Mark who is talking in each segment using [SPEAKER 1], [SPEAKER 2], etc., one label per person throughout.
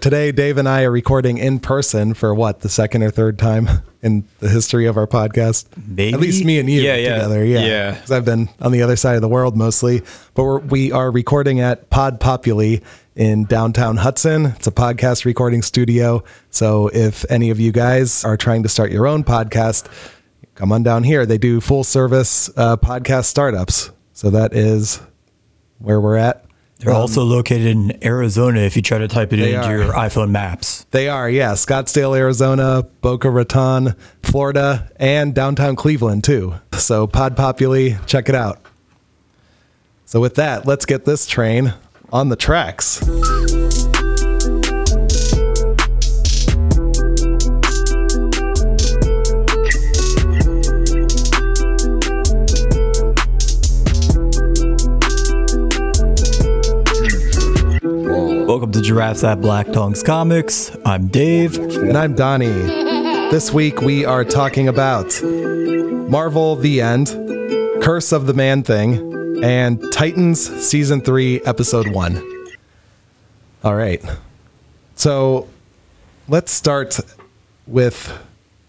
[SPEAKER 1] Today, Dave and I are recording in person for what the second or third time in the history of our podcast.
[SPEAKER 2] Maybe?
[SPEAKER 1] At least me and you
[SPEAKER 2] Yeah, yeah.
[SPEAKER 1] together. Yeah,
[SPEAKER 2] Yeah.
[SPEAKER 1] 'Cause I've been on the other side of the world mostly, but we're, we are recording at Pod Populi in downtown Hudson. It's a podcast recording studio. So if any of you guys are trying to start your own podcast, come on down here. They do full service uh, podcast startups. So that is where we're at.
[SPEAKER 2] They're also located in Arizona if you try to type it
[SPEAKER 1] They
[SPEAKER 2] into
[SPEAKER 1] are.
[SPEAKER 2] your iPhone maps.
[SPEAKER 1] They are, yeah. Scottsdale, Arizona, Boca Raton, Florida, and downtown Cleveland, too. So, Pod Populi, check it out. So, with that, let's get this train on the tracks.
[SPEAKER 2] Welcome to Giraffes at Black Tongues Comics. I'm Dave.
[SPEAKER 1] And I'm Donnie. This week, we are talking about Marvel The End, Curse of the Man Thing, and Titans Season 3, Episode 1. All right. So, let's start with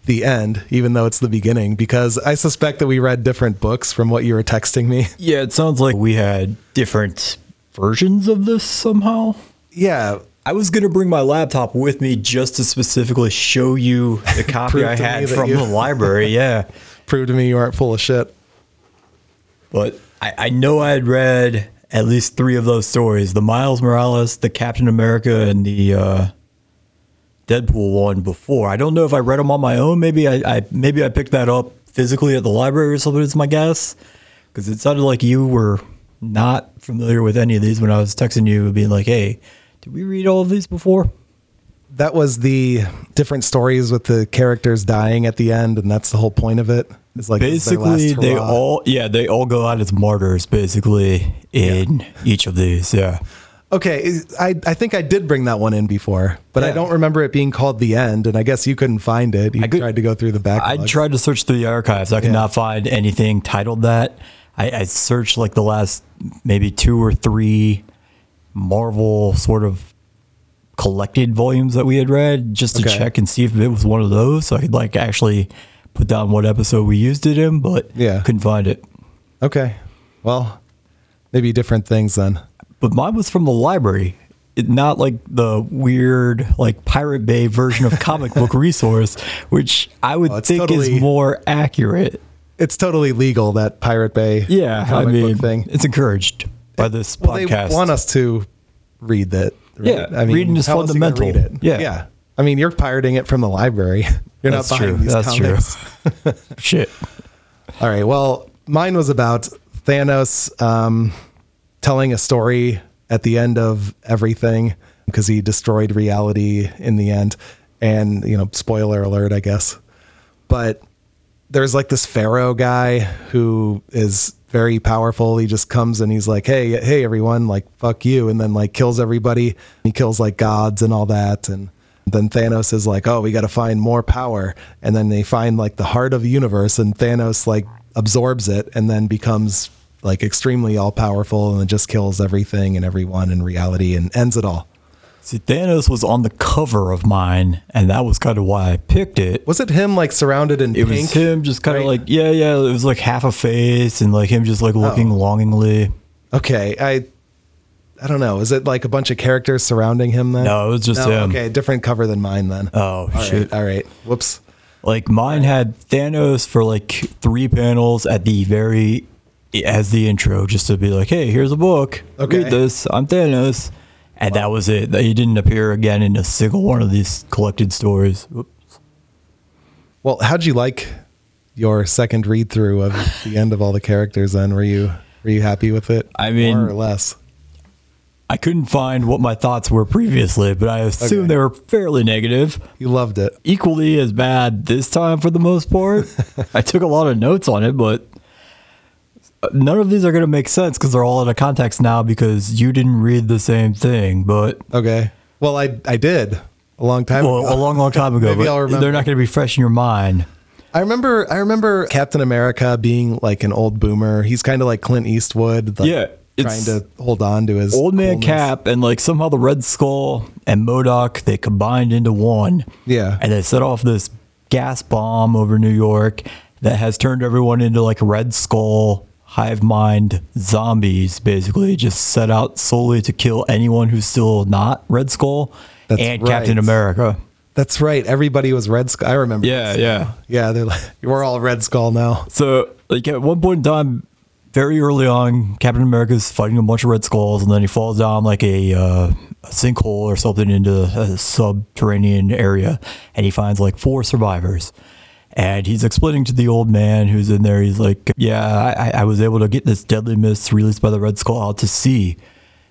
[SPEAKER 1] the end, even though it's the beginning, because I suspect that we read different books from what you were texting me.
[SPEAKER 2] Yeah, it sounds like we had different versions of this somehow.
[SPEAKER 1] Yeah.
[SPEAKER 2] I was going to bring my laptop with me just to specifically show you the copy
[SPEAKER 1] Prove
[SPEAKER 2] I
[SPEAKER 1] to me
[SPEAKER 2] had
[SPEAKER 1] that
[SPEAKER 2] from
[SPEAKER 1] you-
[SPEAKER 2] the library. Yeah.
[SPEAKER 1] Prove to me you aren't full of shit.
[SPEAKER 2] But I, I know I had read at least three of those stories the Miles Morales, the Captain America, and the uh, Deadpool one before. I don't know if I read them on my own. Maybe I, I maybe I picked that up physically at the library or something. Is my guess because it sounded like you were not familiar with any of these when I was texting you, being like, "Hey, did we read all of these before?"
[SPEAKER 1] that was the different stories with the characters dying at the end, and that's the whole point of it. It's like it's their
[SPEAKER 2] basically
[SPEAKER 1] last
[SPEAKER 2] they
[SPEAKER 1] hurrah.
[SPEAKER 2] all yeah they all go out as martyrs basically in each of these yeah
[SPEAKER 1] okay. I I think I did bring that one in before, but I
[SPEAKER 2] Yeah.
[SPEAKER 1] don't remember it being called the end, and I guess you couldn't find it. You
[SPEAKER 2] I could-
[SPEAKER 1] tried to go through the
[SPEAKER 2] I
[SPEAKER 1] backlog.
[SPEAKER 2] tried to search through the archives. I could
[SPEAKER 1] Yeah.
[SPEAKER 2] not find anything titled that. I, I searched like the last maybe two or three Marvel sort of collected volumes that we had read just to
[SPEAKER 1] Okay.
[SPEAKER 2] check and see if it was one of those. So I could like actually put down what episode we used it in, but
[SPEAKER 1] Yeah.
[SPEAKER 2] couldn't find it.
[SPEAKER 1] okay, well, maybe different things then.
[SPEAKER 2] But mine was from the library. It, not like the weird like Pirate Bay version of comic book resource, which I would
[SPEAKER 1] Oh, it's
[SPEAKER 2] think
[SPEAKER 1] totally-
[SPEAKER 2] is more accurate.
[SPEAKER 1] It's totally legal that Pirate Bay
[SPEAKER 2] Yeah,
[SPEAKER 1] comic
[SPEAKER 2] I mean,
[SPEAKER 1] book thing.
[SPEAKER 2] it's encouraged by this
[SPEAKER 1] Well, they
[SPEAKER 2] podcast.
[SPEAKER 1] want us to read that. right?
[SPEAKER 2] Yeah, reading is
[SPEAKER 1] how else are you gonna
[SPEAKER 2] fundamental.
[SPEAKER 1] Read it?
[SPEAKER 2] Yeah.
[SPEAKER 1] yeah. I mean, you're pirating it from the library. You're
[SPEAKER 2] That's
[SPEAKER 1] not buying
[SPEAKER 2] true.
[SPEAKER 1] these
[SPEAKER 2] That's true.
[SPEAKER 1] comics.
[SPEAKER 2] Shit.
[SPEAKER 1] All right. Well, mine was about Thanos um, telling a story at the end of everything because he destroyed reality in the end. And, you know, spoiler alert, I guess. But there's like this pharaoh guy who is very powerful. He just comes and he's like, "Hey, hey everyone, like fuck you." And then like kills everybody. He kills like gods and all that and then Thanos is like, "Oh, we got to find more power." And then they find like the heart of the universe and Thanos like absorbs it and then becomes like extremely all powerful and then just kills everything and everyone in reality and ends it all.
[SPEAKER 2] See, Thanos was on the cover of mine, and that was kind of why I picked it.
[SPEAKER 1] Was it him like surrounded in
[SPEAKER 2] It
[SPEAKER 1] pink?
[SPEAKER 2] was him just kind of
[SPEAKER 1] right? Oh.
[SPEAKER 2] like, yeah, yeah. It was like half a face, and like him just like looking longingly.
[SPEAKER 1] Okay, I I don't know. Is it like a bunch of characters surrounding him then?
[SPEAKER 2] No, it was just
[SPEAKER 1] No,
[SPEAKER 2] him.
[SPEAKER 1] Okay, different cover than mine then.
[SPEAKER 2] Oh
[SPEAKER 1] all
[SPEAKER 2] shit!
[SPEAKER 1] right, all right. Whoops.
[SPEAKER 2] Like mine had Thanos for like three panels at the very as the intro, just to be like, "Hey, here's a book.
[SPEAKER 1] Okay.
[SPEAKER 2] Read this. I'm Thanos," and that was it. He didn't appear again in a single one of these collected stories.
[SPEAKER 1] Well, how'd you like your second read through of the end of all the characters? Then were you were you happy with it?
[SPEAKER 2] I mean-
[SPEAKER 1] more or less.
[SPEAKER 2] I couldn't find what my thoughts were previously, but I assume
[SPEAKER 1] Okay.
[SPEAKER 2] they were fairly negative.
[SPEAKER 1] You loved it.
[SPEAKER 2] Equally as bad this time for the most part. I took a lot of notes on it, but uh, none of these are going to make sense because they're all out of context now because you didn't read the same thing. But
[SPEAKER 1] Okay. Well, I I did a long time
[SPEAKER 2] well,
[SPEAKER 1] ago.
[SPEAKER 2] a long, long time ago.
[SPEAKER 1] Maybe
[SPEAKER 2] but
[SPEAKER 1] I'll remember.
[SPEAKER 2] They're not going to be fresh in your mind.
[SPEAKER 1] I remember I remember Captain America being like an old boomer. He's kind of like Clint Eastwood. like,
[SPEAKER 2] Yeah,
[SPEAKER 1] trying to hold on to his
[SPEAKER 2] Old Man
[SPEAKER 1] coolness.
[SPEAKER 2] Cap and like somehow the Red Skull and Modoc they combined into one.
[SPEAKER 1] Yeah.
[SPEAKER 2] And they set off this gas bomb over New York that has turned everyone into like Red Skull hive mind zombies basically just set out solely to kill anyone who's still not Red Skull
[SPEAKER 1] That's
[SPEAKER 2] and
[SPEAKER 1] right.
[SPEAKER 2] Captain America.
[SPEAKER 1] That's right. Everybody was Red Skull. I remember.
[SPEAKER 2] Yeah,
[SPEAKER 1] this.
[SPEAKER 2] yeah.
[SPEAKER 1] yeah. They're like, we're all Red Skull now.
[SPEAKER 2] So, like at one point in time, very early on, Captain America's fighting a bunch of Red Skulls, and then he falls down like a, uh, a sinkhole or something into a subterranean area, and he finds like four survivors. And he's explaining to the old man who's in there. He's like, "Yeah, I, I- I was able to get this deadly mist released by the Red Skull out to sea.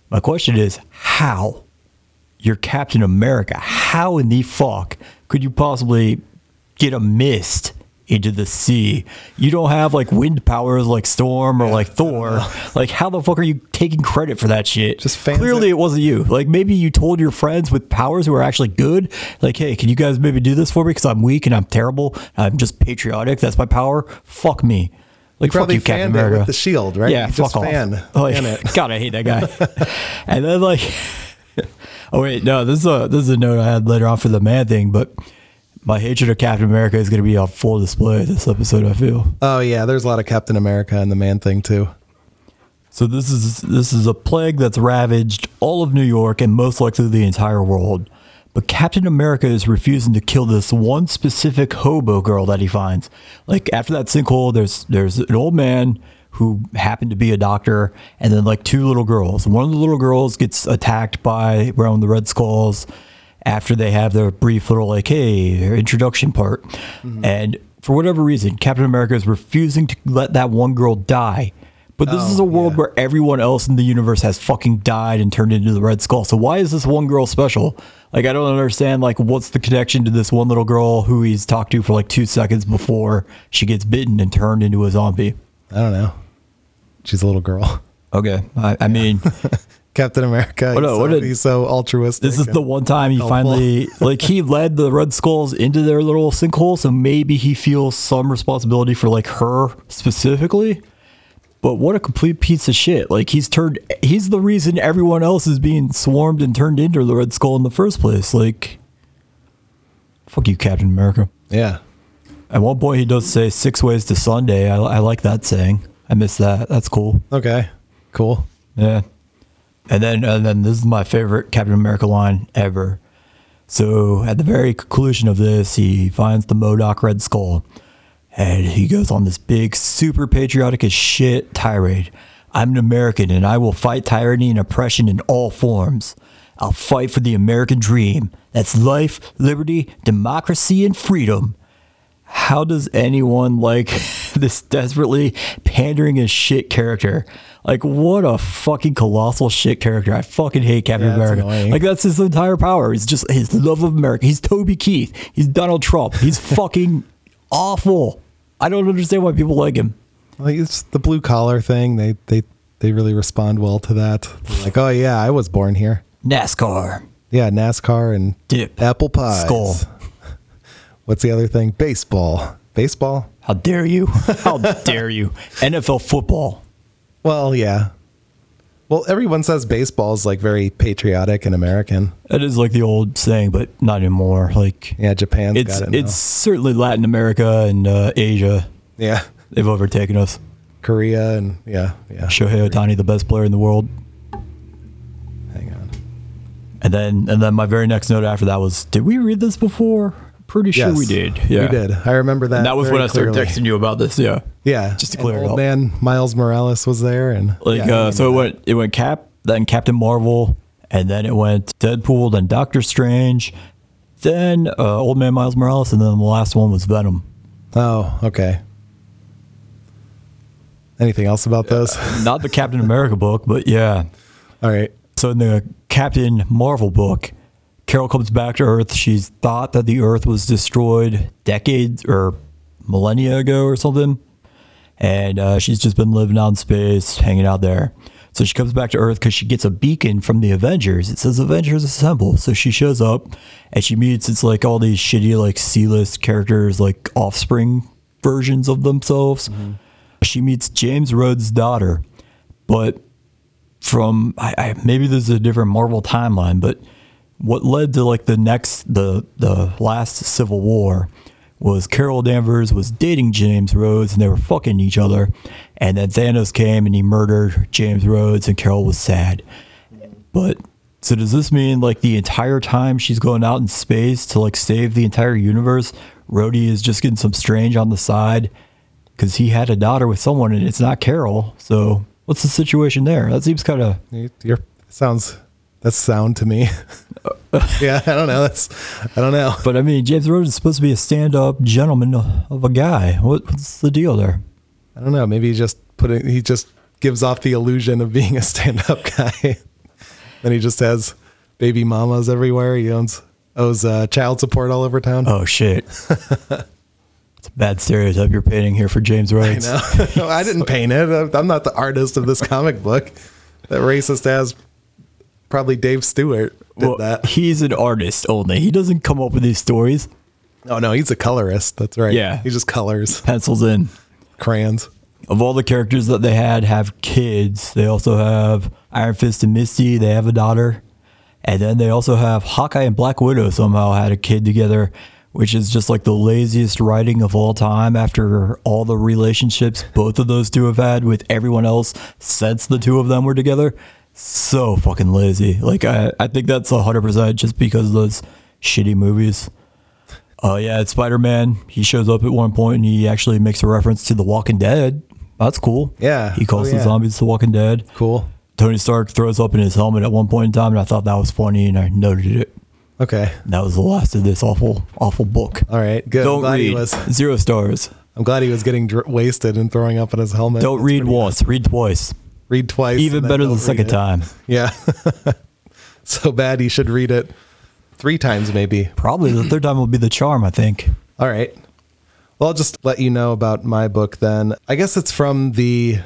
[SPEAKER 2] My question is, how? You're Captain America. How in the fuck could you possibly get a mist into the sea? You don't have like wind powers like Storm or like Thor. Like, how the fuck are you taking credit for that shit?
[SPEAKER 1] Just fans
[SPEAKER 2] clearly
[SPEAKER 1] it.
[SPEAKER 2] it wasn't you. Like, maybe you told your friends with powers who are actually good, like, hey, can you guys maybe do this for me? Because I'm weak and I'm terrible. I'm just patriotic. That's my power. Fuck me. Like, fuck
[SPEAKER 1] Probably
[SPEAKER 2] you, Captain
[SPEAKER 1] fanned it
[SPEAKER 2] America.
[SPEAKER 1] with the shield, right?
[SPEAKER 2] Yeah,
[SPEAKER 1] You
[SPEAKER 2] fuck
[SPEAKER 1] just
[SPEAKER 2] off. Oh,
[SPEAKER 1] fan,
[SPEAKER 2] Like,
[SPEAKER 1] fan it.
[SPEAKER 2] God, I hate that guy. and then like, oh wait, no, this is a this is a note I had later on for the man thing, but my hatred of Captain America is going to be on full display this episode. I feel
[SPEAKER 1] Oh yeah, there's a lot of Captain America and the Man Thing too.
[SPEAKER 2] so. This is this is a plague that's ravaged all of New York and most likely the entire world. But Captain America is refusing to kill this one specific hobo girl that he finds. Like after that sinkhole, there's there's an old man who happened to be a doctor, and then like two little girls. One of the little girls gets attacked by around the Red Skulls after they have their brief little like hey introduction part, and for whatever reason, Captain America is refusing to let that one girl die. But this is a world where everyone else in the universe has fucking died and turned into the Red Skull. So why is this one girl special? Like I don't understand. Like what's the connection to this one little girl who he's talked to for like two seconds before she gets bitten and turned into a zombie?
[SPEAKER 1] I don't know. She's a little girl.
[SPEAKER 2] Okay, I, I mean,
[SPEAKER 1] Captain America.
[SPEAKER 2] What
[SPEAKER 1] he's,
[SPEAKER 2] a-
[SPEAKER 1] so,
[SPEAKER 2] what a-
[SPEAKER 1] he's so altruistic.
[SPEAKER 2] this is the one time he
[SPEAKER 1] uh, Helpful.
[SPEAKER 2] finally like he led the Red Skulls into their little sinkhole, so maybe he feels some responsibility for like her specifically. But what a complete piece of shit! Like he's turned, he's the reason everyone else is being swarmed and turned into the Red Skull in the first place. Like, fuck you, Captain America.
[SPEAKER 1] yeah.
[SPEAKER 2] At one point, he does say six ways to Sunday. I, I like that saying. I miss that. That's cool.
[SPEAKER 1] Okay. Cool.
[SPEAKER 2] Yeah. And then and then this is my favorite Captain America line ever. So at the very conclusion of this, he finds the Modoc Red Skull. And he goes on this big, super patriotic as shit tirade. I'm an American and I will fight tyranny and oppression in all forms. I'll fight for the American dream. That's life, liberty, democracy, and freedom how does anyone like this desperately pandering as shit character? Like, what a fucking colossal shit character. I fucking hate Captain
[SPEAKER 1] Yeah, that's
[SPEAKER 2] America.
[SPEAKER 1] annoying.
[SPEAKER 2] Like, that's his entire power. He's just his love of America. He's Toby Keith. He's Donald Trump. He's fucking awful. I don't understand why people like him.
[SPEAKER 1] Like it's the blue collar thing. They they they really respond well to that. They're like, oh yeah, I was born here.
[SPEAKER 2] NASCAR.
[SPEAKER 1] Yeah, NASCAR and
[SPEAKER 2] Dip.
[SPEAKER 1] apple pies.
[SPEAKER 2] Skull.
[SPEAKER 1] What's the other thing? Baseball. Baseball.
[SPEAKER 2] How dare you? How dare you? NFL football.
[SPEAKER 1] Well, yeah. Well, everyone says baseball is like very patriotic and American.
[SPEAKER 2] That is like the old saying, but not anymore. Like,
[SPEAKER 1] Yeah, Japan's
[SPEAKER 2] it's,
[SPEAKER 1] got it. now.
[SPEAKER 2] it's certainly Latin America and uh, Asia.
[SPEAKER 1] yeah,
[SPEAKER 2] They've overtaken us.
[SPEAKER 1] Korea and yeah, yeah.
[SPEAKER 2] Shohei Otani, the best player in the world.
[SPEAKER 1] Hang on.
[SPEAKER 2] And then and then my very next note after that was, did we read this before? Pretty sure
[SPEAKER 1] Yes,
[SPEAKER 2] we did. Yeah.
[SPEAKER 1] we did. I remember that.
[SPEAKER 2] And that was
[SPEAKER 1] very
[SPEAKER 2] when I started
[SPEAKER 1] clearly.
[SPEAKER 2] texting you about this. Yeah.
[SPEAKER 1] Yeah,
[SPEAKER 2] Just to
[SPEAKER 1] And
[SPEAKER 2] clear it
[SPEAKER 1] old
[SPEAKER 2] up.
[SPEAKER 1] Man Miles Morales was there, and
[SPEAKER 2] Like
[SPEAKER 1] yeah,
[SPEAKER 2] uh, so it went it went Cap, then Captain Marvel, and then it went Deadpool, then Doctor Strange, then uh, Old Man Miles Morales, and then the last one was Venom.
[SPEAKER 1] oh, okay. Anything else about those?
[SPEAKER 2] Not the Captain America book, but yeah.
[SPEAKER 1] All right.
[SPEAKER 2] So in the Captain Marvel book, Carol comes back to Earth. She's thought that the Earth was destroyed decades or millennia ago or something, and uh, she's just been living out in space, hanging out there. So she comes back to Earth because she gets a beacon from the Avengers. It says Avengers Assemble. So she shows up and she meets it's like all these shitty like C-list characters, like offspring versions of themselves. She meets James Rhodes' daughter, but from I, I maybe this is a different Marvel timeline, but what led to like the next the the last Civil War was Carol Danvers was dating James Rhodes and they were fucking each other, and then Thanos came and he murdered James Rhodes and Carol was sad. But so does this mean like the entire time she's going out in space to like save the entire universe, Rhodey is just getting some strange on the side because he had a daughter with someone and it's not Carol. So what's the situation there? That seems kind of
[SPEAKER 1] You- You're, sounds that's sound to me.
[SPEAKER 2] Uh,
[SPEAKER 1] yeah, I don't know. That's I don't know.
[SPEAKER 2] But I mean, James Rhodes is supposed to be a stand-up gentleman of a guy. What, what's the deal there?
[SPEAKER 1] I don't know. Maybe he just put it, he just gives off the illusion of being a stand up guy. then he just has baby mamas everywhere. He owns owes uh, child support all over town.
[SPEAKER 2] Oh shit! it's a bad stereotype you're painting here for James Rhodes.
[SPEAKER 1] No, I didn't paint it. I'm- I'm not the artist of this comic book. That racist ass, probably Dave Stewart did
[SPEAKER 2] Well,
[SPEAKER 1] that.
[SPEAKER 2] he's an artist only. He doesn't come up with these stories.
[SPEAKER 1] Oh no, he's a colorist. That's right.
[SPEAKER 2] Yeah.
[SPEAKER 1] he just colors
[SPEAKER 2] Pencils in.
[SPEAKER 1] crayons.
[SPEAKER 2] Of all the characters that they had, have kids. They also have Iron Fist and Misty. They have a daughter, and then they also have Hawkeye and Black Widow. Somehow had a kid together, which is just like the laziest writing of all time. After all the relationships both of those two have had with everyone else since the two of them were together, so fucking lazy. Like I, I think that's hundred percent just because of those shitty movies. Oh yeah, it's Spider Man. He shows up at one point and he actually makes a reference to The Walking Dead. That's cool.
[SPEAKER 1] Yeah.
[SPEAKER 2] He calls
[SPEAKER 1] Oh,
[SPEAKER 2] the
[SPEAKER 1] yeah.
[SPEAKER 2] zombies The Walking Dead.
[SPEAKER 1] Cool.
[SPEAKER 2] Tony Stark throws up in his helmet at one point in time and I thought that was funny and I noted it.
[SPEAKER 1] Okay.
[SPEAKER 2] And that was the last of this awful, awful book.
[SPEAKER 1] All right. Good. I'm
[SPEAKER 2] Don't
[SPEAKER 1] glad
[SPEAKER 2] read.
[SPEAKER 1] he was.
[SPEAKER 2] Zero stars.
[SPEAKER 1] I'm glad he was getting dr- wasted and throwing up in his helmet.
[SPEAKER 2] Don't
[SPEAKER 1] That's
[SPEAKER 2] read
[SPEAKER 1] pretty-
[SPEAKER 2] once, read twice.
[SPEAKER 1] Read twice.
[SPEAKER 2] Even
[SPEAKER 1] and then
[SPEAKER 2] better the
[SPEAKER 1] don't
[SPEAKER 2] second
[SPEAKER 1] read it.
[SPEAKER 2] time.
[SPEAKER 1] Yeah. so bad he should read it three times, maybe.
[SPEAKER 2] Probably the third time will be the charm, I think.
[SPEAKER 1] All right. Well, I'll just let you know about my book then. I guess it's from the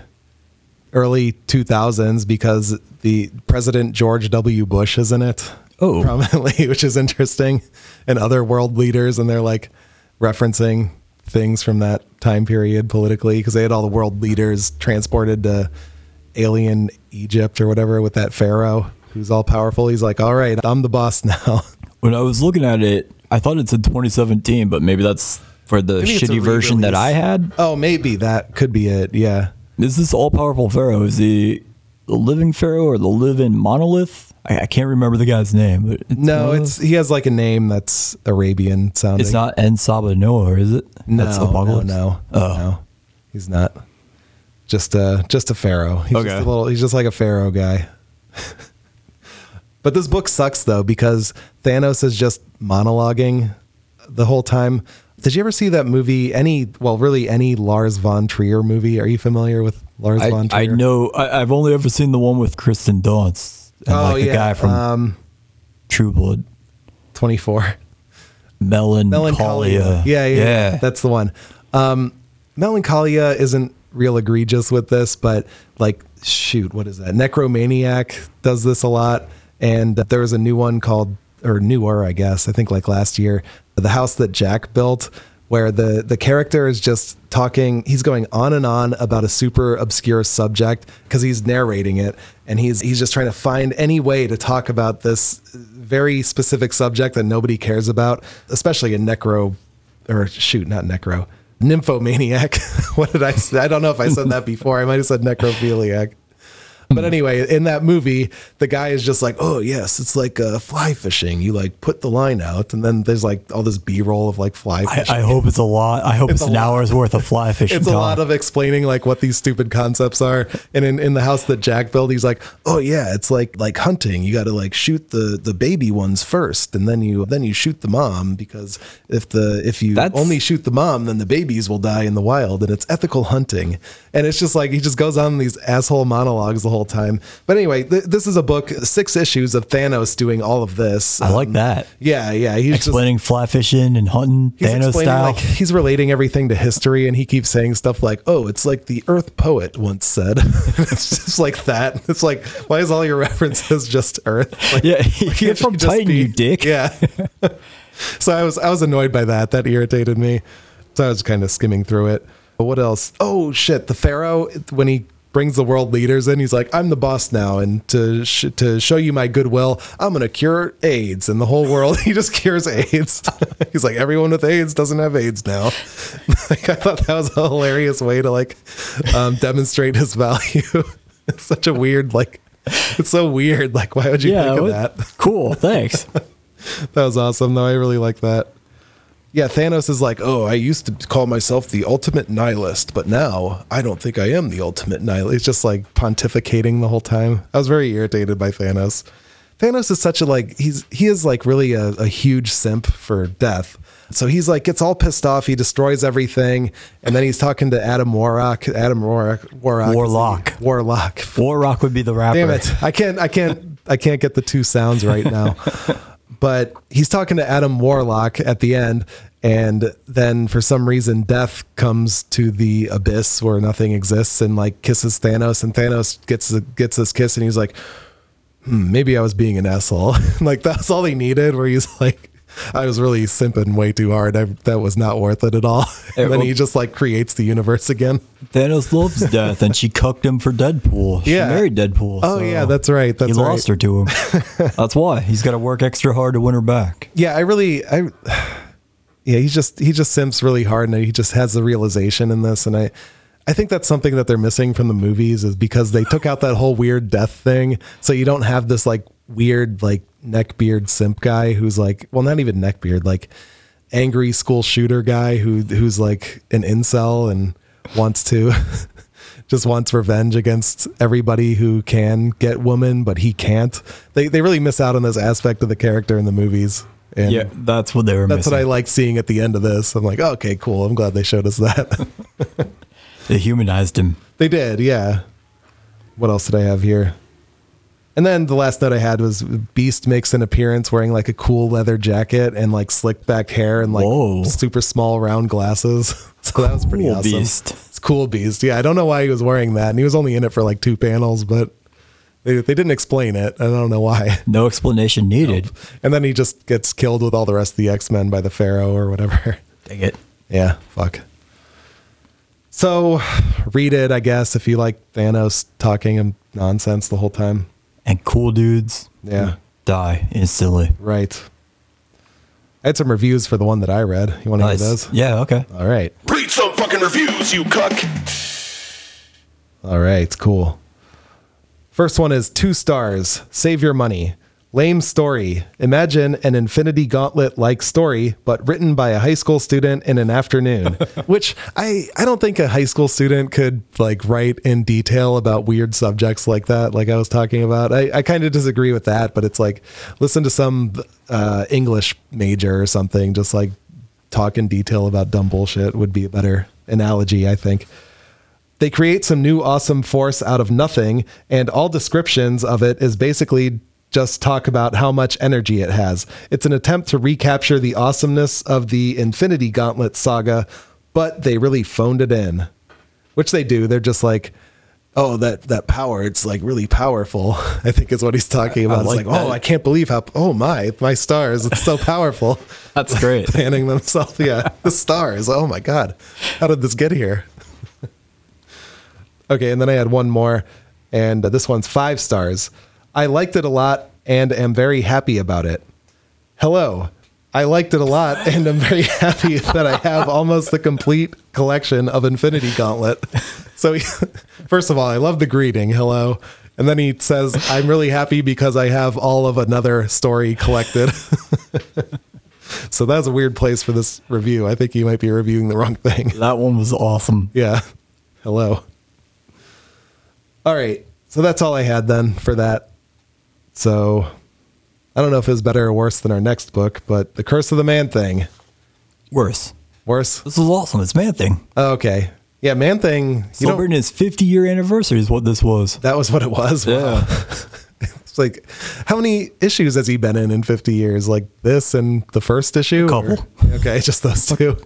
[SPEAKER 1] early 2000s because the President George W. Bush is in it.
[SPEAKER 2] Oh.
[SPEAKER 1] Prominently, which is interesting. And other world leaders, and they're like referencing things from that time period politically because they had all the world leaders transported to alien Egypt or whatever with that pharaoh who's all powerful. He's like, all right, I'm the boss now.
[SPEAKER 2] When I was looking at it, I thought it said 2017, but maybe that's for the
[SPEAKER 1] Maybe it's a
[SPEAKER 2] shitty version that I
[SPEAKER 1] re-release.
[SPEAKER 2] had.
[SPEAKER 1] oh, maybe that could be it. Yeah.
[SPEAKER 2] Is this all powerful pharaoh? Is he the living pharaoh or the living monolith? I, I can't remember the guy's name. But it's
[SPEAKER 1] No,
[SPEAKER 2] one of
[SPEAKER 1] it's he has like a name that's Arabian
[SPEAKER 2] those-
[SPEAKER 1] sounding.
[SPEAKER 2] it's not En Saba Noah, is it?
[SPEAKER 1] No,
[SPEAKER 2] That's
[SPEAKER 1] no,
[SPEAKER 2] Apocalypse.
[SPEAKER 1] no,
[SPEAKER 2] Oh.
[SPEAKER 1] no. He's not. Just a just a pharaoh. He's
[SPEAKER 2] Okay.
[SPEAKER 1] just a little. He's just like a pharaoh guy. but this book sucks though because Thanos is just monologuing the whole time. Did you ever see that movie? Any well, really any Lars von Trier movie? Are you familiar with Lars von
[SPEAKER 2] I,
[SPEAKER 1] Trier?
[SPEAKER 2] I know. I, I've only ever seen the one with Kristen Dunst and
[SPEAKER 1] Oh,
[SPEAKER 2] like the
[SPEAKER 1] yeah,
[SPEAKER 2] guy from
[SPEAKER 1] um,
[SPEAKER 2] True Blood,
[SPEAKER 1] Twenty four.
[SPEAKER 2] Melancholia.
[SPEAKER 1] Melancholia. Yeah, yeah, yeah. That's the one. Um, Melancholia isn't real egregious with this, but like, shoot, what is that? Necromaniac does this a lot. And there was a new one called, or newer, I guess, I think like last year, The House That Jack Built, where the, the character is just talking, he's going on and on about a super obscure subject because he's narrating it. And he's, he's just trying to find any way to talk about this very specific subject that nobody cares about, especially in necro or shoot, not necro, nymphomaniac. what did I say? I don't know if I said that before. I might have said necrophiliac. But anyway, in that movie, the guy is just like, "Oh yes, it's like uh, fly fishing. You like put the line out, and then there's like all this B-roll of like fly
[SPEAKER 2] I,
[SPEAKER 1] fishing."
[SPEAKER 2] I hope it's a lot. I hope it's,
[SPEAKER 1] a
[SPEAKER 2] an
[SPEAKER 1] lot.
[SPEAKER 2] hour's worth of fly fishing.
[SPEAKER 1] it's a
[SPEAKER 2] Tom.
[SPEAKER 1] lot of explaining like what these stupid concepts are. And in, in the house that Jack built, he's like, "Oh yeah, it's like like hunting. You got to like shoot the the baby ones first, and then you then you shoot the mom because if the if you
[SPEAKER 2] That's-
[SPEAKER 1] only shoot the mom, then the babies will die in the wild, and it's ethical hunting." And it's just like he just goes on these asshole monologues the whole time. But anyway, th- this is a book, six issues of Thanos doing all of this. Um,
[SPEAKER 2] I like that.
[SPEAKER 1] Yeah, yeah, he's just
[SPEAKER 2] Explaining fly fishing and hunting,
[SPEAKER 1] He's
[SPEAKER 2] Thanos
[SPEAKER 1] explaining
[SPEAKER 2] style.
[SPEAKER 1] like he's relating everything to history, and he keeps saying stuff like, "Oh, it's like the Earth poet once said." it's just like that. It's like, why is all your references just Earth? Like,
[SPEAKER 2] yeah, you're
[SPEAKER 1] can't
[SPEAKER 2] from
[SPEAKER 1] you just
[SPEAKER 2] Titan,
[SPEAKER 1] be-
[SPEAKER 2] you dick.
[SPEAKER 1] Yeah. so I was I was annoyed by that. That irritated me. So I was kind of skimming through it. But what else? Oh shit! The Pharaoh when he brings the world leaders in. He's like, I'm the boss now, and to sh- to show you my goodwill, I'm gonna cure AIDS in the whole world. he just cures AIDS. He's like, everyone with AIDS doesn't have AIDS now. like, I thought that was a hilarious way to like um, demonstrate his value. it's such a weird like. It's so weird. Like, why would you think of
[SPEAKER 2] what-
[SPEAKER 1] that?
[SPEAKER 2] Cool. Thanks.
[SPEAKER 1] That was awesome, though. I really like that. Yeah, Thanos is like, oh, I used to call myself the ultimate nihilist, but now I don't think I am the ultimate nihilist. He's just like pontificating the whole time. I was very irritated by Thanos. Thanos is such a like he's he is like really a, a huge simp for death. So he's like gets all pissed off. He destroys everything, and then he's talking to Adam Warlock. Adam Warlock. Warlock. is the-
[SPEAKER 2] Warlock.
[SPEAKER 1] Warlock.
[SPEAKER 2] Warrock would be the rapper.
[SPEAKER 1] Damn it. I can't I can't I can't get the two sounds right now. but he's talking to Adam Warlock at the end and then for some reason death comes to the abyss where nothing exists and like kisses Thanos and Thanos gets the, gets this kiss and he's like hmm, maybe I was being an asshole. like that's all he needed where he's like I was really simping way too hard. I, that was not worth it at all.
[SPEAKER 2] It
[SPEAKER 1] And then
[SPEAKER 2] will-
[SPEAKER 1] he just like creates the universe again.
[SPEAKER 2] Thanos loves death, and she cucked him for Deadpool. She
[SPEAKER 1] Yeah.
[SPEAKER 2] married Deadpool.
[SPEAKER 1] Oh
[SPEAKER 2] so
[SPEAKER 1] yeah, that's right. That's
[SPEAKER 2] he
[SPEAKER 1] right.
[SPEAKER 2] lost her to him. that's why he's got to work extra hard to win her back.
[SPEAKER 1] yeah, I really, I, yeah, he just he just simps really hard, and he just has the realization in this, and I, I think that's something that they're missing from the movies is because they took out that whole weird death thing, so you don't have this like weird like neckbeard simp guy who's like, well, not even neckbeard, like angry school shooter guy who who's like an incel and wants to. Just wants revenge against everybody who can get woman, but he can't. They they really miss out on this aspect of the character in the movies. And
[SPEAKER 2] Yeah, that's what they were
[SPEAKER 1] that's what I
[SPEAKER 2] missing.
[SPEAKER 1] like seeing at the end of this. I'm like, okay, cool. I'm glad they showed us that.
[SPEAKER 2] They humanized him.
[SPEAKER 1] they did, yeah. What else did I have here? And then the last note I had was Beast makes an appearance wearing like a cool leather jacket and like slicked back hair and like
[SPEAKER 2] Whoa.
[SPEAKER 1] super small round glasses. So that was pretty
[SPEAKER 2] Cool
[SPEAKER 1] awesome.
[SPEAKER 2] Beast.
[SPEAKER 1] It's cool Beast. Yeah, I don't know why he was wearing that, and he was only in it for like two panels, but they they didn't explain it. I don't know why.
[SPEAKER 2] No explanation needed.
[SPEAKER 1] And then he just gets killed with all the rest of the X Men by the Pharaoh or whatever.
[SPEAKER 2] Dang it.
[SPEAKER 1] Yeah, fuck. So, read it, I guess, if you like Thanos talking and nonsense the whole time.
[SPEAKER 2] And cool dudes.
[SPEAKER 1] Yeah.
[SPEAKER 2] Die instantly.
[SPEAKER 1] Right. I had some reviews for the one that I read. You want to
[SPEAKER 2] Nice.
[SPEAKER 1] hear those?
[SPEAKER 2] Yeah. Okay.
[SPEAKER 1] All right.
[SPEAKER 3] Read some fucking reviews, you cuck.
[SPEAKER 1] All right, cool. First one is two stars. Save your money. Lame story. Imagine an Infinity Gauntlet like story, but written by a high school student in an afternoon. which I, I don't think a high school student could like write in detail about weird subjects like that, like I was talking about. I, I kind of disagree with that, but it's like listen to some uh, English major or something, just like talk in detail about dumb bullshit would be a better analogy, I think. They create some new awesome force out of nothing, and all descriptions of it is basically just talk about how much energy it has. It's an attempt to recapture the awesomeness of the Infinity Gauntlet saga, but they really phoned it in, which they do. They're just like, oh, that that power, it's like really powerful. I think is what he's talking about.
[SPEAKER 2] like
[SPEAKER 1] it's like,
[SPEAKER 2] that.
[SPEAKER 1] oh, I can't believe how. Oh my, my stars, it's so powerful.
[SPEAKER 2] That's great.
[SPEAKER 1] panning themselves. Yeah, the stars. Oh my god, how did this get here? okay, and then I had one more, and uh, this one's five stars. I liked it a lot and am very happy about it. Hello. I liked it a lot, and I'm very happy that I have almost the complete collection of Infinity Gauntlet. So, he- first of all, I love the greeting, hello. And then he says, I'm really happy because I have all of another story collected. so, that's a weird place for this review. I think you might be reviewing the wrong thing.
[SPEAKER 2] That one was awesome.
[SPEAKER 1] Yeah. Hello. All right. So that's all I had then for that. So I don't know if it was better or worse than our next book, but The Curse of the Man Thing.
[SPEAKER 2] Worse.
[SPEAKER 1] Worse?
[SPEAKER 2] This was awesome. It's Man Thing.
[SPEAKER 1] Oh, okay. Yeah, Man Thing. You don't,
[SPEAKER 2] Celebrating his 50 year anniversary is what this was.
[SPEAKER 1] that was what it was. Wow.
[SPEAKER 2] Yeah.
[SPEAKER 1] It's like, how many issues has he been in in 50 years? Like this and the first issue?
[SPEAKER 2] couple.
[SPEAKER 1] Or- okay, just those two. And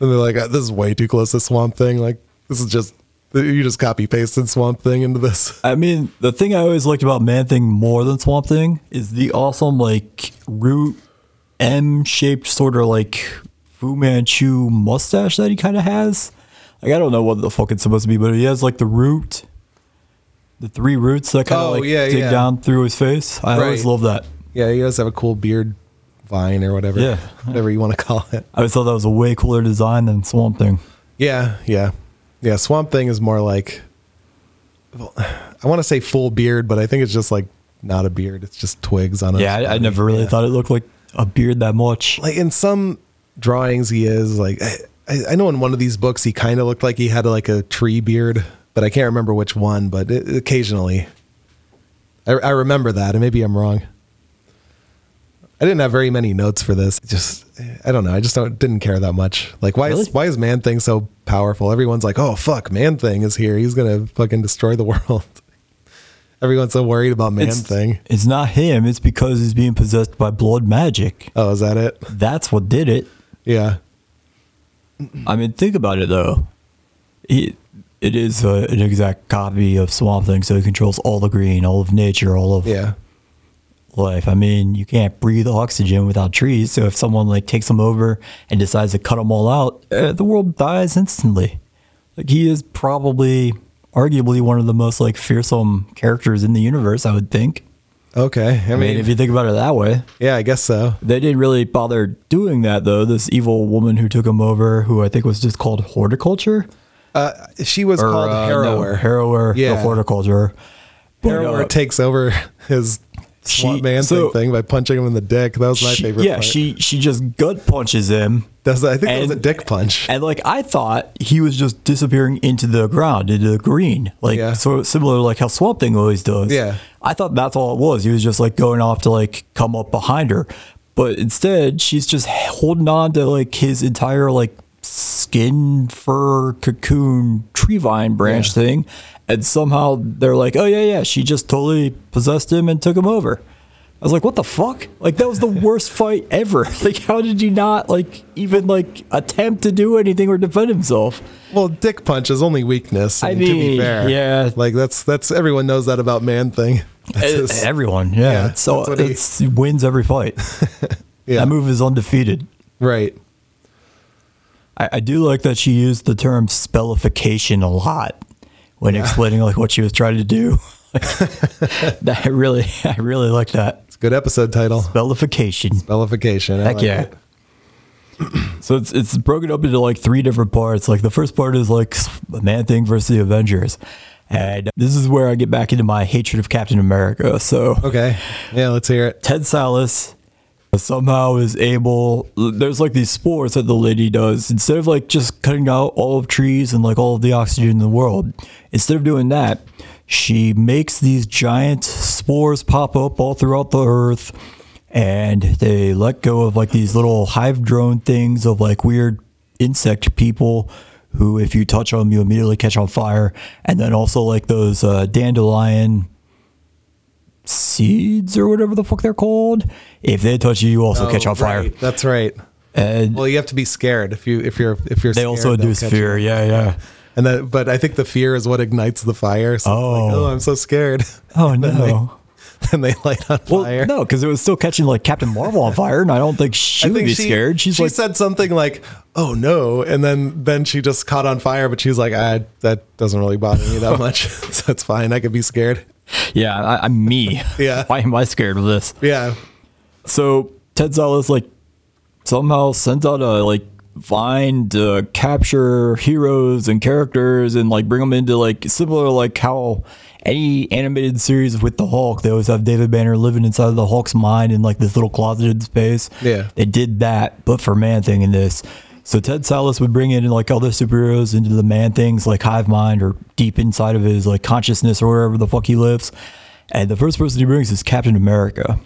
[SPEAKER 1] they're like, "Uh, this is way too close to Swamp Thing. Like, this is just, you just copy pasted Swamp Thing into this.
[SPEAKER 2] I mean, the thing I always liked about Man Thing more than Swamp Thing is the awesome, like, root M shaped sort of like Fu Manchu mustache that he kind of has. Like, I don't know what the fuck it's supposed to be, but he has like the root the three roots that kind of
[SPEAKER 1] Oh,
[SPEAKER 2] like
[SPEAKER 1] yeah,
[SPEAKER 2] dig
[SPEAKER 1] yeah.
[SPEAKER 2] down through his face. I always
[SPEAKER 1] Right.
[SPEAKER 2] love that.
[SPEAKER 1] Yeah, he does have a cool beard vine or whatever.
[SPEAKER 2] Yeah.
[SPEAKER 1] Whatever you want to call it.
[SPEAKER 2] I always thought that was a way cooler design than Swamp Thing.
[SPEAKER 1] Yeah, yeah. Yeah, Swamp Thing is more like well, I want to say full beard, but I think it's just like not a beard. It's just twigs on it.
[SPEAKER 2] Yeah, I, I never really thought it looked like a beard that much.
[SPEAKER 1] like in some drawings he is like I, I- I know in one of these books he kind of looked like he had like a tree beard, but I can't remember which one. But it, occasionally, I, I remember that, and maybe I'm wrong. I didn't have very many notes for this. Just I don't know. I just don't didn't care that much. Like why is
[SPEAKER 2] Really?
[SPEAKER 1] why is Man Thing so powerful? Everyone's like, oh fuck, Man Thing is here. He's gonna fucking destroy the world. Everyone's so worried about Man
[SPEAKER 2] it's,
[SPEAKER 1] Thing.
[SPEAKER 2] It's not him. It's because he's being possessed by blood magic.
[SPEAKER 1] Oh, is that it?
[SPEAKER 2] That's what did it.
[SPEAKER 1] Yeah.
[SPEAKER 2] I mean, think about it though. He, it is uh an exact copy of Swamp Thing, so he controls all the green, all of nature, all of
[SPEAKER 1] Yeah.
[SPEAKER 2] life. I mean, you can't breathe oxygen without trees. So if someone like takes them over and decides to cut them all out, uh, the world dies instantly. Like he is probably, arguably, one of the most like fearsome characters in the universe. I would think.
[SPEAKER 1] Okay. I
[SPEAKER 2] I mean,
[SPEAKER 1] mean,
[SPEAKER 2] if you think about it that way,
[SPEAKER 1] yeah, I guess so.
[SPEAKER 2] they didn't really bother doing that though. This evil woman who took him over, who I think was just called horticulture.
[SPEAKER 1] She was called
[SPEAKER 2] uh,
[SPEAKER 1] Harrower.
[SPEAKER 2] No, Harrower,
[SPEAKER 1] Yeah.
[SPEAKER 2] the horticulture. But,
[SPEAKER 1] Harrower
[SPEAKER 2] uh,
[SPEAKER 1] takes over his
[SPEAKER 2] She-
[SPEAKER 1] swamp man
[SPEAKER 2] so-
[SPEAKER 1] thing by punching him in the dick. That was my
[SPEAKER 2] she-
[SPEAKER 1] favorite.
[SPEAKER 2] Yeah,
[SPEAKER 1] part.
[SPEAKER 2] she she just gut punches him,
[SPEAKER 1] Does I think that was a
[SPEAKER 2] and-
[SPEAKER 1] dick punch.
[SPEAKER 2] and like I thought he was just disappearing into the ground, into the green, like
[SPEAKER 1] Yeah.
[SPEAKER 2] so similar to like how Swamp Thing always does.
[SPEAKER 1] Yeah.
[SPEAKER 2] I thought that's all it was. He was just like going off to like come up behind her, but instead she's just holding on to like his entire like skin fur cocoon tree vine branch
[SPEAKER 1] Yeah.
[SPEAKER 2] thing, and somehow they're like, oh yeah yeah, she just totally possessed him and took him over. I was like, what the fuck? Like that was the worst fight ever. Like how did you not like even like attempt to do anything or defend himself?
[SPEAKER 1] Well, dick punch is only weakness.
[SPEAKER 2] I
[SPEAKER 1] and to be
[SPEAKER 2] mean,
[SPEAKER 1] fair,
[SPEAKER 2] yeah.
[SPEAKER 1] like that's that's everyone knows that about man thing. That's
[SPEAKER 2] Eh,
[SPEAKER 1] his-
[SPEAKER 2] Everyone, yeah.
[SPEAKER 1] yeah,
[SPEAKER 2] so
[SPEAKER 1] that's what he-
[SPEAKER 2] it's he wins every fight.
[SPEAKER 1] yeah,
[SPEAKER 2] That move is undefeated.
[SPEAKER 1] right.
[SPEAKER 2] I, I do like that she used the term spellification a lot when explaining like what she was trying to do. that I really, I really like that
[SPEAKER 1] It's a good episode title.
[SPEAKER 2] spellification.
[SPEAKER 1] Bellification. I
[SPEAKER 2] Heck
[SPEAKER 1] like
[SPEAKER 2] yeah.
[SPEAKER 1] it.
[SPEAKER 2] So it's it's broken up into like three different parts. Like the first part is like Man Thing versus the Avengers, and this is where I get back into my hatred of Captain America. So
[SPEAKER 1] Okay. Yeah, let's hear it.
[SPEAKER 2] Ted Salas somehow is able there's like these spores that the lady does instead of like just cutting out all of trees and like all of the oxygen in the world instead of doing that she makes these giant spores pop up all throughout the earth and they let go of like these little hive drone things of like weird insect people who if you touch them you immediately catch on fire and then also like those uh, dandelion seeds or whatever the fuck they're called. If they touch you, you also catch on fire.
[SPEAKER 1] Oh, Right, That's right.
[SPEAKER 2] And
[SPEAKER 1] Well, you have to be scared if you if you're if you're.
[SPEAKER 2] they
[SPEAKER 1] scared,
[SPEAKER 2] also
[SPEAKER 1] they'll
[SPEAKER 2] do
[SPEAKER 1] catch
[SPEAKER 2] fear. Yeah, yeah.
[SPEAKER 1] you. And that, but I think the fear is what ignites the fire. So oh, like,
[SPEAKER 2] Oh.
[SPEAKER 1] oh, I'm so scared.
[SPEAKER 2] Oh
[SPEAKER 1] they-
[SPEAKER 2] no.
[SPEAKER 1] and they light on
[SPEAKER 2] Well,
[SPEAKER 1] fire.
[SPEAKER 2] no, because it was still catching like Captain Marvel on fire, and I don't think she
[SPEAKER 1] I
[SPEAKER 2] would
[SPEAKER 1] think
[SPEAKER 2] be scared. She's
[SPEAKER 1] she
[SPEAKER 2] like,
[SPEAKER 1] said something like, "Oh no," and then then she just caught on fire. But she's like, "I that doesn't really bother me that much. so it's fine. I could be scared."
[SPEAKER 2] "Yeah, I, I'm me.
[SPEAKER 1] Yeah.
[SPEAKER 2] why am I scared of this?"
[SPEAKER 1] Yeah,
[SPEAKER 2] So Ted Salas like somehow sent out a like find uh, capture heroes and characters and like bring them into like similar like how any animated series with the Hulk they always have David Banner living inside of the Hulk's mind in like this little closeted space.
[SPEAKER 1] Yeah.
[SPEAKER 2] they did that, but for Man Thing in this. So Ted Salas would bring in like other superheroes into the Man Thing's like hive mind or deep inside of his like consciousness or wherever the fuck he lives. And the first person he brings is Captain America.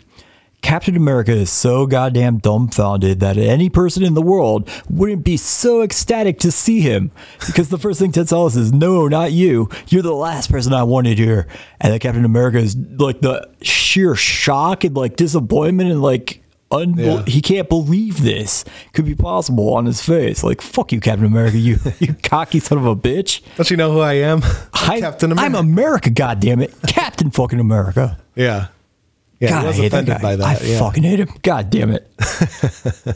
[SPEAKER 2] Captain America is so goddamn dumbfounded that any person in the world wouldn't be so ecstatic to see him. Because the first thing Ted Salas is, no, not you. You're the last person I wanted here. And then Captain America is like the sheer shock and like disappointment and like un-
[SPEAKER 1] Yeah.
[SPEAKER 2] he can't believe this could be possible on his face. Like, fuck you, Captain America, you you cocky son of a bitch.
[SPEAKER 1] don't you know who I am?
[SPEAKER 2] I,
[SPEAKER 1] Captain
[SPEAKER 2] I'm
[SPEAKER 1] America.
[SPEAKER 2] America, goddammit. Captain fucking America.
[SPEAKER 1] yeah, yeah.
[SPEAKER 2] God,
[SPEAKER 1] he
[SPEAKER 2] I
[SPEAKER 1] was
[SPEAKER 2] hate that
[SPEAKER 1] offended
[SPEAKER 2] guy.
[SPEAKER 1] by that.
[SPEAKER 2] I
[SPEAKER 1] yeah.
[SPEAKER 2] fucking hate him. God damn it.